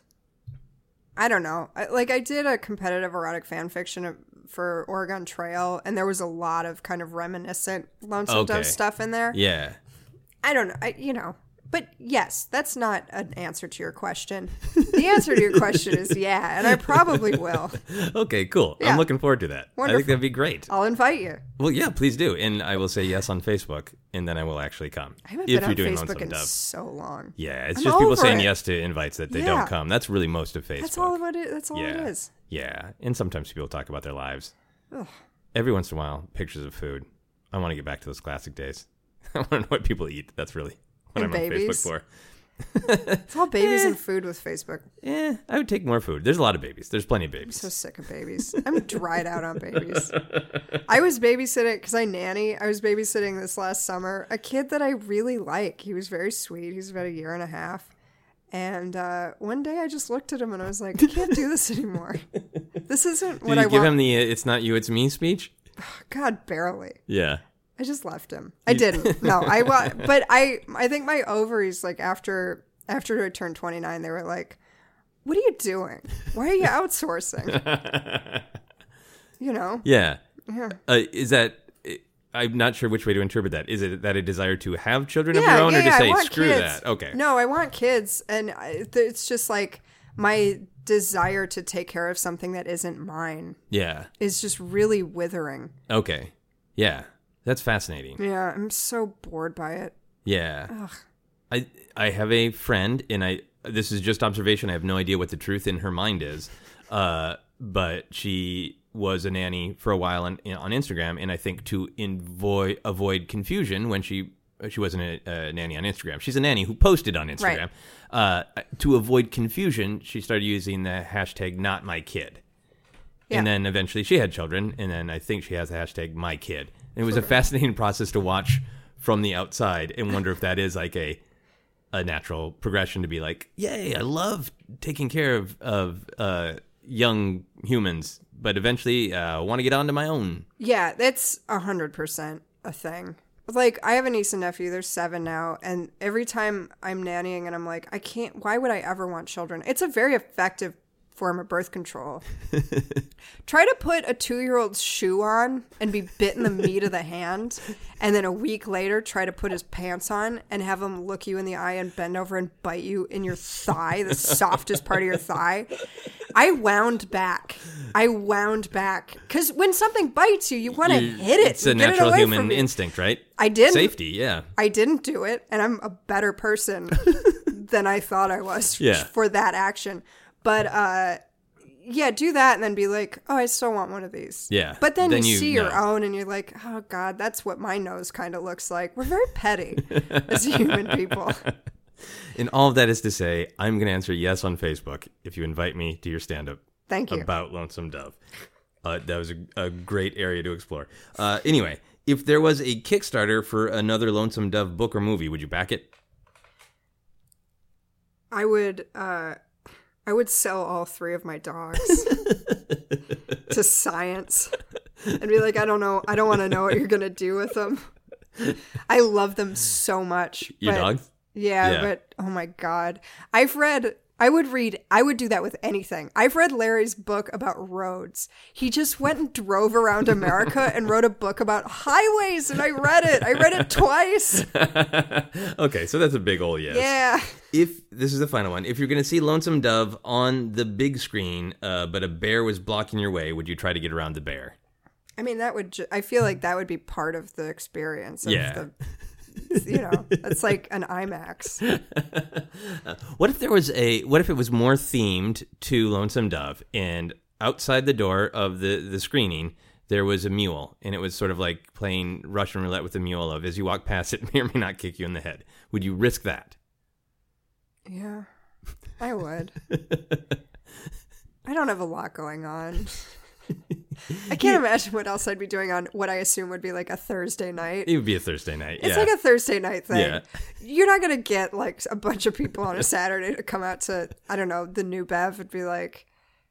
S3: I don't know. I, like I did a competitive erotic fan fiction of- for Oregon Trail and there was a lot of kind of reminiscent Lonesome
S2: Okay.
S3: Dove stuff in there.
S2: Yeah, <laughs>
S3: I don't know. I, you know. But yes, that's not an answer to your question. The answer to your question is yeah, and I
S2: <laughs>
S3: probably will.
S2: okay, cool.
S3: Yeah.
S2: I'm looking forward to that. I think
S3: Wonderful.
S2: that'd be great.
S3: I'll invite you.
S2: Well, yeah, please do, and I will say yes on Facebook, and then I will actually come.
S3: I haven't
S2: if
S3: been
S2: you're
S3: on
S2: doing
S3: Facebook
S2: Lonesome
S3: in
S2: Dove.
S3: so long.
S2: yeah, it's
S3: I'm
S2: just people
S3: over
S2: saying
S3: it.
S2: yes to invites that they
S3: Yeah.
S2: don't come. That's really most of Facebook.
S3: That's all about it. That's all it is.
S2: Yeah. And sometimes people talk about their lives. Every once in a while, pictures of food. I want to get back to those classic days. <laughs> I want to know what people eat. That's really what
S3: And
S2: I'm on Facebook
S3: babies.
S2: for.
S3: It's all babies and food with Facebook.
S2: Eh, I would take more food. There's a lot of babies. There's plenty of babies.
S3: so sick of babies. I'm dried out on babies. I was babysitting because I nanny. I was babysitting this last summer a kid that I really like. He was very sweet. He's about a year and a half. And uh, one day I just looked at him and I was like, I can't do this anymore. This isn't what
S2: <laughs> Did
S3: I
S2: you give
S3: want.
S2: him the uh, "It's not you, it's me" speech?
S3: God, barely.
S2: Yeah.
S3: I just left him.
S2: <laughs>
S3: I didn't. No, I wa- but I I think my ovaries like after after I turned 29 they were like, "What are you doing? Why are you
S2: <laughs>
S3: outsourcing?" you know.
S2: Yeah. Uh, is that? I- I'm not sure which way to interpret that. Is it that a desire to have children of your own, or to
S3: I
S2: say
S3: want
S2: "screw
S3: kids.
S2: that"? Okay.
S3: No, I want kids, and I, th- it's just like my desire to take care of something that isn't mine
S2: Yeah.
S3: is just really withering.
S2: Okay. Yeah. That's fascinating.
S3: Yeah, I'm so bored by it.
S2: Yeah. I I have a friend, and I this is just observation. I have no idea what the truth in her mind is, uh, but she was a nanny for a while on on Instagram, and I think to invo- avoid confusion when she she wasn't a, a nanny on Instagram. She's a nanny who posted on Instagram. Uh, to avoid confusion, she started using the hashtag not my kid. And
S3: Yeah.
S2: then eventually she had children, and then I think she has the hashtag my kid. And it was a fascinating process to watch from the outside and wonder if that is like a a natural progression to be like, yay, I love taking care of of uh, young humans, but eventually uh, I want to get onto my own.
S3: Yeah, that's a hundred percent a thing. Like I have a niece and nephew, they're seven now, and every time I'm nannying and I'm like, I can't why would I ever want children? It's a very effective form of birth control. Try to put a two year old's shoe on and be bit in the meat of the hand, and then a week later try to put his pants on and have him look you in the eye and bend over and bite you in your thigh, the softest part of your thigh. I wound back. I wound back. Because when something bites you, you want to
S2: You-
S3: hit it.
S2: It's a
S3: and get it
S2: natural
S3: away
S2: human
S3: from you.
S2: instinct, right?
S3: I didn't.
S2: Safety, yeah.
S3: I didn't do it, and I'm a
S2: <laughs>
S3: better person than I thought I was
S2: Yeah.
S3: for that action. But uh, yeah, do that and then be like, oh, I still want one of these.
S2: Yeah.
S3: But then,
S2: Then
S3: you,
S2: you
S3: see your
S2: know.
S3: own and you're like, oh, God, that's what my nose kind of looks like. We're very petty
S2: <laughs>
S3: as human people.
S2: And all of that is to say, I'm going to answer yes on Facebook if you invite me to your stand up
S3: Thank you.
S2: about Lonesome Dove. Uh, that was a, a great area to explore. Uh, anyway, if there was a Kickstarter for another Lonesome Dove book or movie, would you back it?
S3: I would. Uh, I would sell all three of my dogs
S2: <laughs>
S3: to science and be like, I don't know, I don't want to know what you're gonna do with them. I love them so much.
S2: Your
S3: but-
S2: dogs?
S3: Yeah,
S2: Yeah.
S3: but oh my god, I've read. I would read. I would do that with anything. I've read Larry's book about roads. He just went and drove around America and wrote a book about highways, and I read it. I
S2: <laughs>
S3: read it twice.
S2: okay, so that's a big ol' yes.
S3: Yeah.
S2: If this is the final one, if you're going to see Lonesome Dove on the big screen, uh, but a bear was blocking your way, would you try to get around the bear?
S3: I mean, that would. Ju- I feel like that would be part of the experience. Of
S2: Yeah.
S3: The, you know, it's like an IMAX.
S2: What if there was a? What if it was more themed to Lonesome Dove, and outside the door of the the screening there was a mule, and it was sort of like playing Russian roulette with the mule. Of as you walk past, it <laughs> may or may not kick you in the head. Would you risk that?
S3: Yeah, I would. I don't have a lot going on. I can't imagine what else I'd be doing on what I assume would be like a Thursday night.
S2: It would be a Thursday night.
S3: It's
S2: yeah.
S3: like a Thursday night thing.
S2: Yeah.
S3: You're not gonna get like a bunch of people on a Saturday to come out to I don't know the new Bev would be like,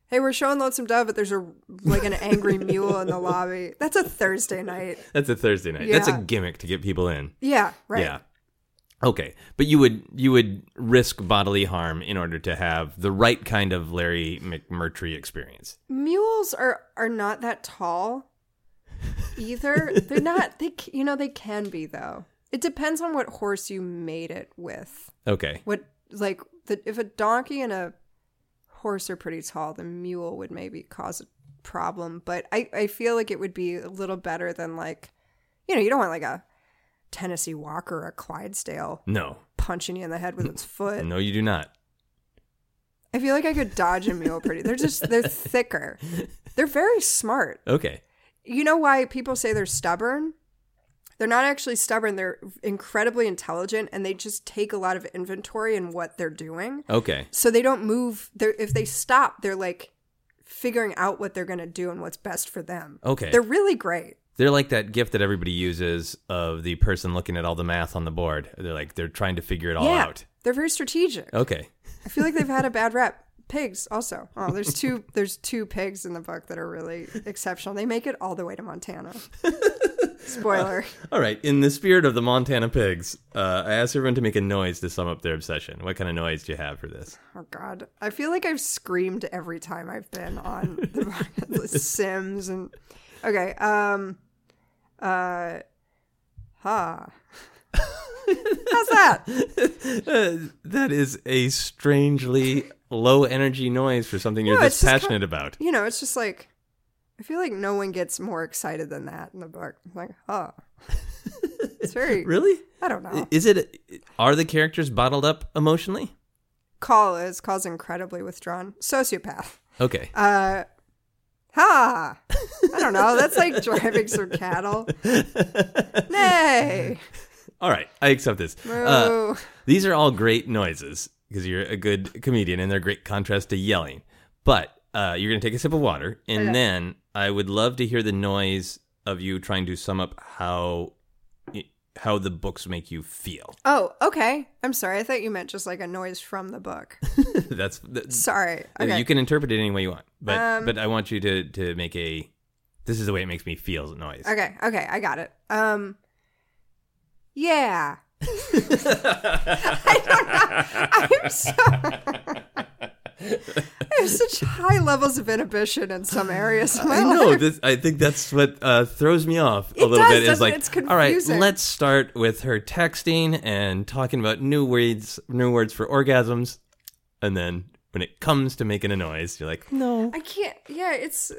S3: "Hey, we're showing Lonesome Dove, but there's a like an angry mule in the lobby." That's a Thursday night.
S2: That's a Thursday night. That's a
S3: Yeah.
S2: gimmick to get people in.
S3: Yeah, right.
S2: Yeah. Okay, but you would you would risk bodily harm in order to have the right kind of Larry McMurtry experience.
S3: mules are are not that tall either they're not they c- you know they can be though it depends on what horse you made it with
S2: Okay.
S3: what like the, if a donkey and a horse are pretty tall the mule would maybe cause a problem but i i feel like it would be a little better than like you know you don't want like a tennessee walker or a clydesdale
S2: No.
S3: punching you in the head with its foot
S2: No, you do not.
S3: i feel like i could dodge a mule pretty they're just they're thicker they're very smart
S2: Okay.
S3: you know why people say they're stubborn? They're not actually stubborn. They're incredibly intelligent and they just take a lot of inventory in what they're doing.
S2: Okay.
S3: So they don't move. They're, if they stop, they're like figuring out what they're going to do and what's best for them.
S2: Okay.
S3: They're really great.
S2: They're like that gift that everybody uses of the person looking at all the math on the board. They're like they're trying to figure it all
S3: yeah.
S2: out.
S3: They're very strategic.
S2: Okay.
S3: I feel like they've had a bad rep. Pigs also. Oh,
S2: <laughs>
S3: there's two there's two pigs in the book that are really exceptional. They make it all the way to Montana.
S2: <laughs>
S3: Spoiler.
S2: All right. In the spirit of the Montana pigs, uh, I asked everyone to make a noise to sum up their obsession. What kind of noise do you have for this?
S3: Oh God, I feel like I've screamed every time I've been on the,
S2: <laughs>
S3: the <laughs> Sims and okay, um, uh, huh. How's that?
S2: Uh, that is a strangely low energy noise for something <laughs> you're
S3: No,
S2: this
S3: it's just
S2: passionate about.
S3: You know, it's just like I feel like no one gets more excited than that in the book. Like,
S2: <laughs>
S3: huh. It's very.
S2: Really?
S3: I don't know.
S2: Is it? Are the characters bottled up emotionally?
S3: Call is calls incredibly withdrawn sociopath.
S2: Okay.
S3: Uh, ha! I don't know. That's like driving some cattle. Nay.
S2: All right. I accept this.
S3: Moo.
S2: <laughs> Uh, These are all great noises because you're a good comedian and they're great contrast to yelling. But uh, you're going to take a sip of water and
S3: Okay.
S2: then I would love to hear the noise of you trying to sum up how how the books make you feel. <laughs>
S3: Oh, okay. I'm sorry. I thought you meant just like a noise from the book.
S2: That's that, <laughs>
S3: Sorry. Okay.
S2: you can interpret it any way you want, but
S3: Um,
S2: but I want you to to make a this is the way it makes me feel noise.
S3: okay. Okay. I got it. Um. Yeah.
S2: <laughs> <laughs>
S3: I don't know. I'm so. There's such high levels of inhibition in some areas. Of my
S2: I
S3: <laughs>
S2: know
S3: life.
S2: this. I think that's what uh, throws me off a
S3: It
S2: little
S3: does,
S2: bit. Is
S3: doesn't it?
S2: like,
S3: It's
S2: all right,
S3: confusing.
S2: let's start with her texting and talking about new words, new words for orgasms, and then when it comes to making a noise, you're like, no,
S3: I can't. Yeah, it's.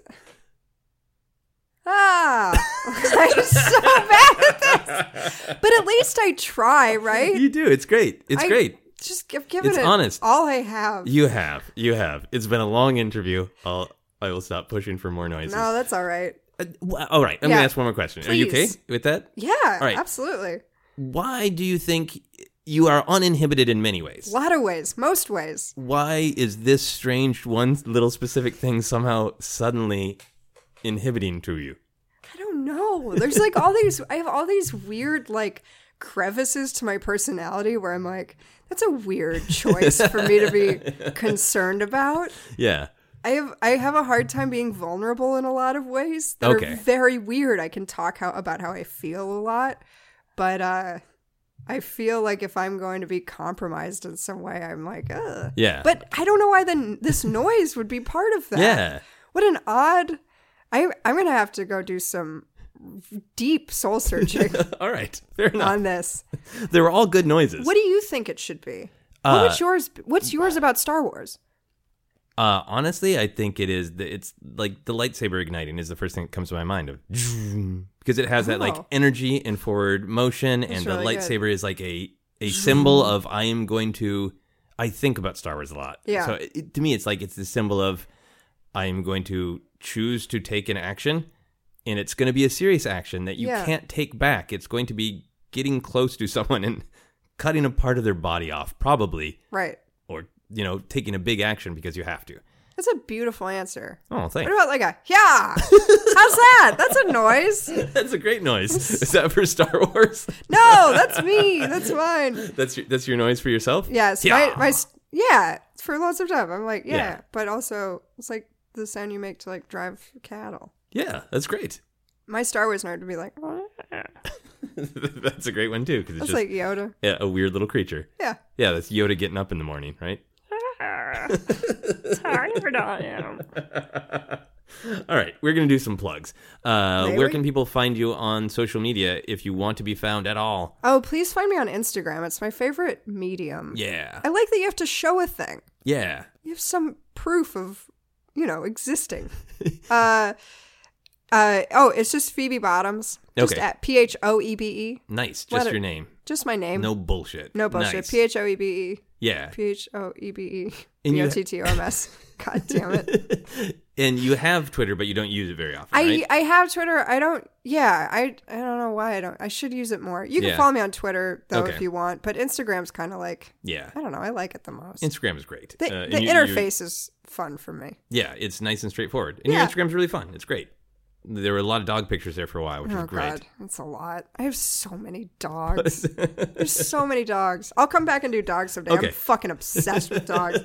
S3: Ah, <laughs> I'm so bad at this. But at least I try, right?
S2: you do. It's great. It's
S3: I
S2: great.
S3: Just I've given
S2: It's
S3: it
S2: honest.
S3: all I have.
S2: You have. You have. It's been a long interview. I'll. I will stop pushing for more noises.
S3: no, that's all right.
S2: Uh, wh- all right. I'm
S3: Yeah.
S2: gonna ask one more question. Are you okay
S3: Please.
S2: with that?
S3: Yeah,
S2: right.
S3: absolutely.
S2: Why do you think you are uninhibited in many ways?
S3: A lot of ways, most ways.
S2: why is this strange one little specific thing somehow suddenly inhibiting to you?
S3: I don't know. There's like all these. I have all these weird like crevices to my personality where I'm like, that's a weird choice for me
S2: <laughs>
S3: to be concerned about.
S2: Yeah.
S3: I have I have a hard time being vulnerable in a lot of ways that
S2: Okay.
S3: are very weird. I can talk how, about how I feel a lot, but uh, I feel like if I'm going to be compromised in some way, I'm like, ugh.
S2: Yeah.
S3: But I don't know why then this <laughs> noise would be part of that.
S2: Yeah. <laughs>
S3: What an odd. I I'm gonna have to go do some
S2: <laughs>
S3: deep soul searching
S2: all right. Fair enough.
S3: on this.
S2: they were all good noises.
S3: What do you think it should be?
S2: Uh,
S3: what would yours? be- What's yours about Star Wars?
S2: uh, honestly, I think it is. The, it's like the lightsaber igniting is the first thing that comes to my mind of because it has that like
S3: Oh.
S2: energy and forward motion, and the
S3: really good.
S2: lightsaber is like a a symbol of I am going to. I think about Star Wars a lot.
S3: Yeah.
S2: So it, to me, it's like it's the symbol of I am going to choose to take an action, and it's going to be a serious action that you
S3: Yeah.
S2: can't take back. It's going to be getting close to <laughs> someone and cutting a part of their body off, probably,
S3: Right.
S2: or you know, taking a big action because you have to.
S3: That's a beautiful answer.
S2: Oh, thanks.
S3: What about like a yeah? How's that? That's a noise.
S2: <laughs> That's a great
S3: <laughs>
S2: noise. Is that for Star Wars?
S3: No, that's me. That's mine.
S2: That's your, that's your noise for yourself?
S3: Yes,
S2: Yeah.
S3: my my s- yeah. For lots of time, I'm like yeah,
S2: Yeah.
S3: but also it's like the sound you make to like drive cattle.
S2: Yeah, that's great. <laughs>
S3: My Star Wars nerd would be like,
S2: that's a great one too because it's
S3: that's
S2: just
S3: like Yoda.
S2: yeah, a weird little creature.
S3: Yeah,
S2: Yeah, that's Yoda getting up in the morning, right?
S4: tired I am.
S2: All right, we're gonna do some plugs. Uh,
S3: May
S2: where
S3: we?
S2: can people find you on social media if you want to be found at all?
S3: Oh, please find me on Instagram. It's my favorite medium.
S2: Yeah,
S3: I like that you have to show a thing.
S2: yeah,
S3: You have some proof of, you
S2: <laughs>
S3: know, existing. uh, uh, oh, it's just Phoebe Bottoms. Just
S2: Okay.
S3: at P H O E B E.
S2: nice. Just
S3: Letter-
S2: your name.
S3: Just my name.
S2: No bullshit.
S3: No bullshit.
S2: Nice.
S3: P H O E B E.
S2: yeah, <laughs>
S3: P H O E B E.
S2: And
S3: B
S2: you-
S3: O T T O
S2: <laughs>
S3: M S. God damn it.
S2: and you have Twitter, but you don't use it very often,
S3: I,
S2: right?
S3: I have Twitter. I don't. Yeah, I I don't know why I don't. I should use it more. You can
S2: Yeah.
S3: follow me on Twitter though
S2: Okay.
S3: if you want, but Instagram's kind of like
S2: Yeah,
S3: I don't know. I like it the most.
S2: Instagram is great.
S3: the
S2: Uh, and
S3: the
S2: you- you-
S3: interface is fun for me.
S2: Yeah, it's nice and straightforward. And
S3: Yeah.
S2: your Instagram's really fun. It's great. There were a lot of dog pictures there for a while, which
S3: Oh
S2: is great.
S3: god, that's a lot. I have so
S2: <laughs>
S3: many dogs. There's so many dogs. I'll come back and do dogs someday.
S2: Okay.
S3: I'm fucking obsessed
S2: <laughs>
S3: with dogs.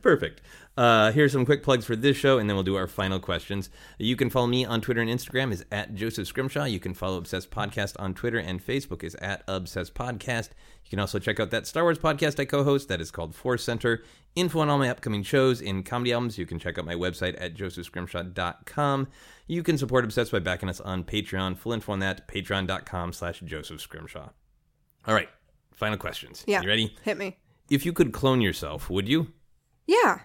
S2: Perfect. Uh, here's some quick plugs for this show, and then we'll do our final questions. You can follow me on Twitter and Instagram is at Joseph Scrimshaw. You can follow Obsessed Podcast on Twitter and Facebook is at Obsessed Podcast. You can also check out that Star Wars podcast I co-host that is called Force Center. Info on all my upcoming shows and comedy albums. You can check out my website at josephscrimshaw.com. You can support Obsessed by backing us on Patreon. Full info on that, patreon.com slash Joseph Scrimshaw. All right, final questions.
S3: Yeah.
S2: You ready?
S3: Hit me.
S2: If you could clone yourself, would you?
S3: Yeah.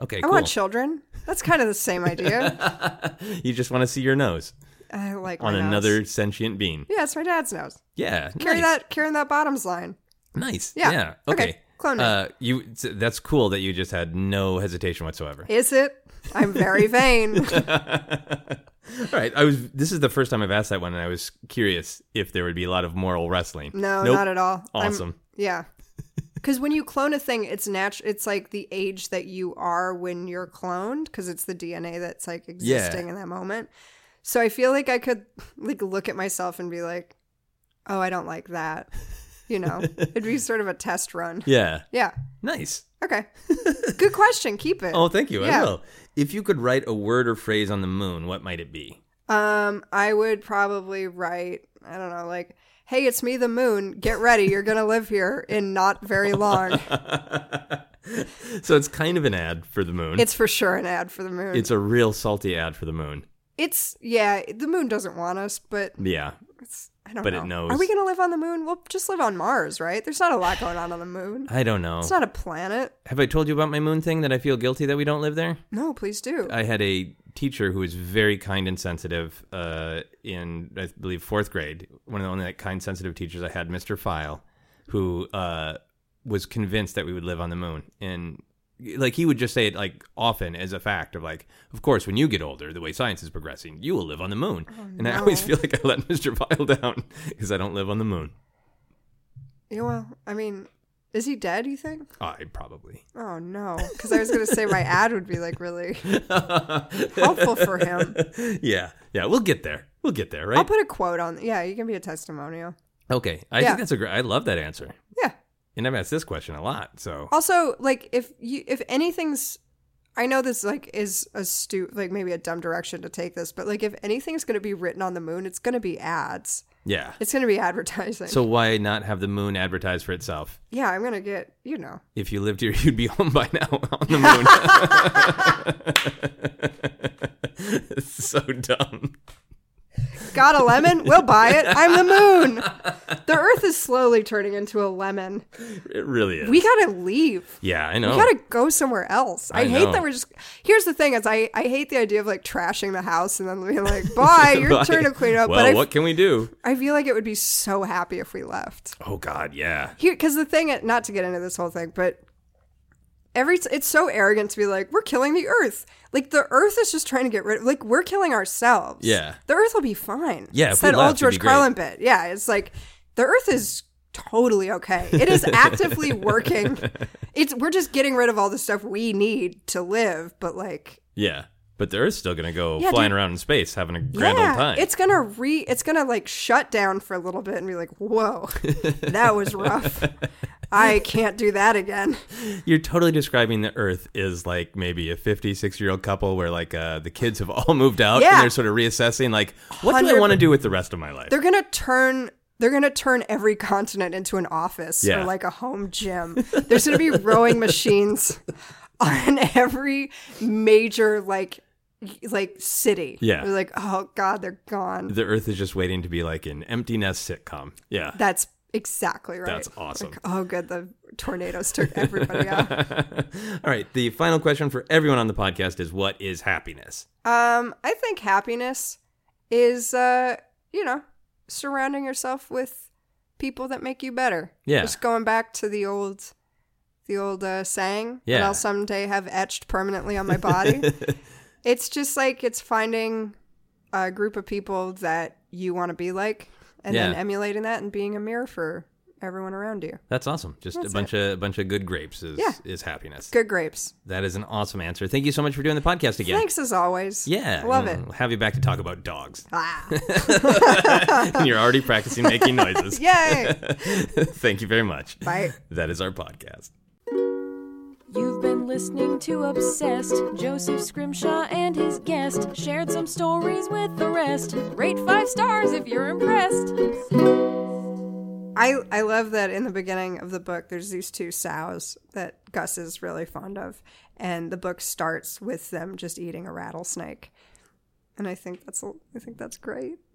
S2: Okay,
S3: I
S2: cool.
S3: want children. That's kind of the
S2: <laughs>
S3: same idea.
S2: you just want to see your nose
S3: I Uh, like my
S2: on
S3: nose.
S2: another sentient being.
S3: Yeah, it's my dad's nose.
S2: Yeah,
S3: Carry
S2: nice.
S3: that, carrying that bottoms line.
S2: Nice. Yeah.
S3: Yeah.
S2: Okay.
S3: Okay, clone me.
S2: Uh, you. it's- That's cool that you just had no hesitation whatsoever.
S3: Is it? I'm
S2: <laughs>
S3: very vain.
S2: All right. I was. This is the first time I've asked that one, and I was curious if there would be a lot of moral wrestling.
S3: No,
S2: Nope.
S3: not at all. I'm-
S2: Awesome.
S3: yeah.
S2: <laughs>
S3: Because when you clone a thing, it's natural. It's like the age that you are when you're cloned, because it's the DNA that's like existing in that moment. So I feel like I could <laughs> like look at myself and be like, "Oh, I don't like that,"
S2: <laughs>
S3: you know. It'd be sort of a test run.
S2: Yeah.
S3: Yeah.
S2: Nice.
S3: Okay. Good question. Keep it.
S2: Oh, thank you. I
S3: Yeah.
S2: will. If you could write a word or phrase on the moon, what might it be?
S3: Um, I would probably write, I don't know, like,
S2: <laughs>
S3: hey, it's me, the moon. Get ready. You're going to live here in not very long.
S2: So it's kind of an ad for the moon.
S3: It's for sure an ad for the moon.
S2: It's a real salty ad for the moon.
S3: It's yeah, the moon doesn't want us, but
S2: Yeah.
S3: it's, I don't
S2: But it
S3: know.
S2: knows.
S3: Are we gonna live on the moon? We'll just live on Mars, right? There's not a lot going on on the moon.
S2: I don't know.
S3: It's not a planet.
S2: Have I told you about my moon thing that I feel guilty that we don't live there?
S3: No, please do.
S2: I had a teacher who was very kind and sensitive uh, in, I believe, fourth grade. One of the only like, kind, sensitive teachers I had, Mr. File, who uh, was convinced that we would live on the moon. And like he would just say it like often as a fact of like, of course, when you get older, the way science is progressing, you will live on the moon. and I always
S3: no.
S2: feel like I let <laughs> Mr. File down because I don't live on the moon.
S3: yeah, well, I mean, is he dead? You think?
S2: I probably. <laughs>
S3: Oh no, because I was gonna say my ad would be like really helpful for him.
S2: yeah. Yeah. We'll get there. We'll get there, right?
S3: I'll put a quote on. Yeah, you can be a testimonial.
S2: Okay, I
S3: Yeah.
S2: think that's a great. I love that answer,
S3: Yeah.
S2: and I've asked this question a lot. So
S3: Also, like if you if anything's I know this like is a stu like maybe a dumb direction to take this, but like if anything's gonna be written on the moon, it's gonna be ads.
S2: yeah,
S3: It's gonna be advertising.
S2: so why not have the moon advertise for itself?
S3: yeah, I'm gonna get you know.
S2: If you lived here, <laughs> you'd be home by now on the moon. <laughs> it's so dumb.
S3: Got a lemon? we'll buy it. I'm the moon. The earth is slowly turning into a lemon.
S2: It really is.
S3: We gotta leave.
S2: yeah, I know.
S3: We gotta go somewhere else. I,
S2: Oh. I
S3: hate
S2: know.
S3: that we're just. Here's the thing: is I, I hate the idea of like trashing the house and then being like,
S2: <laughs>
S3: "Bye, your
S2: Bye.
S3: turn to clean up."
S2: Well,
S3: but I,
S2: what can we do?
S3: I feel like it would be so happy if we left.
S2: Oh God, yeah.
S3: here because the thing uh, not to get into this whole thing but every t- it's so arrogant to be like we're killing the earth like the earth is just trying to get rid of like we're killing ourselves
S2: Yeah.
S3: the earth will be fine
S2: Yeah,
S3: it's
S2: if we
S3: that
S2: left,
S3: old
S2: it'd
S3: george
S2: be great.
S3: carlin bit yeah it's like the earth is totally okay it is
S2: <laughs>
S3: actively working it's we're just getting rid of all the stuff we need to live but like
S2: Yeah, but the Earth's still gonna go
S3: Yeah,
S2: flying
S3: dude.
S2: around in space, having a grand
S3: yeah,
S2: old time.
S3: it's gonna re it's gonna like shut down for a little bit and be like whoa that was
S2: <laughs>
S3: rough i can't do that again
S2: You're totally describing the Earth is like maybe a 56 year old couple where like uh, the kids have all <laughs> moved out
S3: Yeah.
S2: and they're sort of reassessing like what do I
S3: 100
S2: want to do with the rest of my life?
S3: They're gonna turn. They're gonna turn every continent into an office
S2: Yeah.
S3: or like a home gym. There's gonna be rowing machines on every major like y- like city.
S2: Yeah.
S3: They're like, oh god, they're gone.
S2: The Earth is just waiting to be like an empty nest sitcom. Yeah,
S3: <laughs>
S2: <laughs>
S3: That's exactly right.
S2: that's awesome.
S3: oh good, the tornadoes took everybody out.
S2: all right, the final question for everyone on the podcast is what is happiness?
S3: Um, I think happiness is uh, you know, surrounding yourself with people that make you better.
S2: Yeah.
S3: Just going back to the old the old uh, saying that
S2: Yeah.
S3: I'll someday have etched permanently on
S2: <laughs>
S3: my body. it's just like it's finding a group of people that you want to be like and then
S2: Yeah.
S3: emulating that and being a mirror for everyone around you.
S2: That's awesome. Just a bunch of a bunch of good grapes is
S3: Yeah.
S2: is happiness.
S3: Good grapes.
S2: That is an awesome answer. Thank you so much for doing the podcast again.
S3: Thanks as always.
S2: Yeah, Mm.
S3: Love
S2: no,
S3: it.
S2: We'll have you back to talk about
S3: <laughs>
S2: dogs. <laughs>
S3: Ah.
S2: and you're already practicing making
S3: <laughs>
S2: noises.
S3: Yay.
S2: <laughs> Thank you very much.
S3: Bye.
S2: That is our podcast.
S1: You've been listening to Obsessed. Joseph Scrimshaw and his guest shared some stories with the rest. Rate five stars if you're impressed.
S3: I, I love that in the beginning of the book, there's these two sows that Gus is really fond of. And the book starts with them just eating a rattlesnake. And I think that's, I think that's great.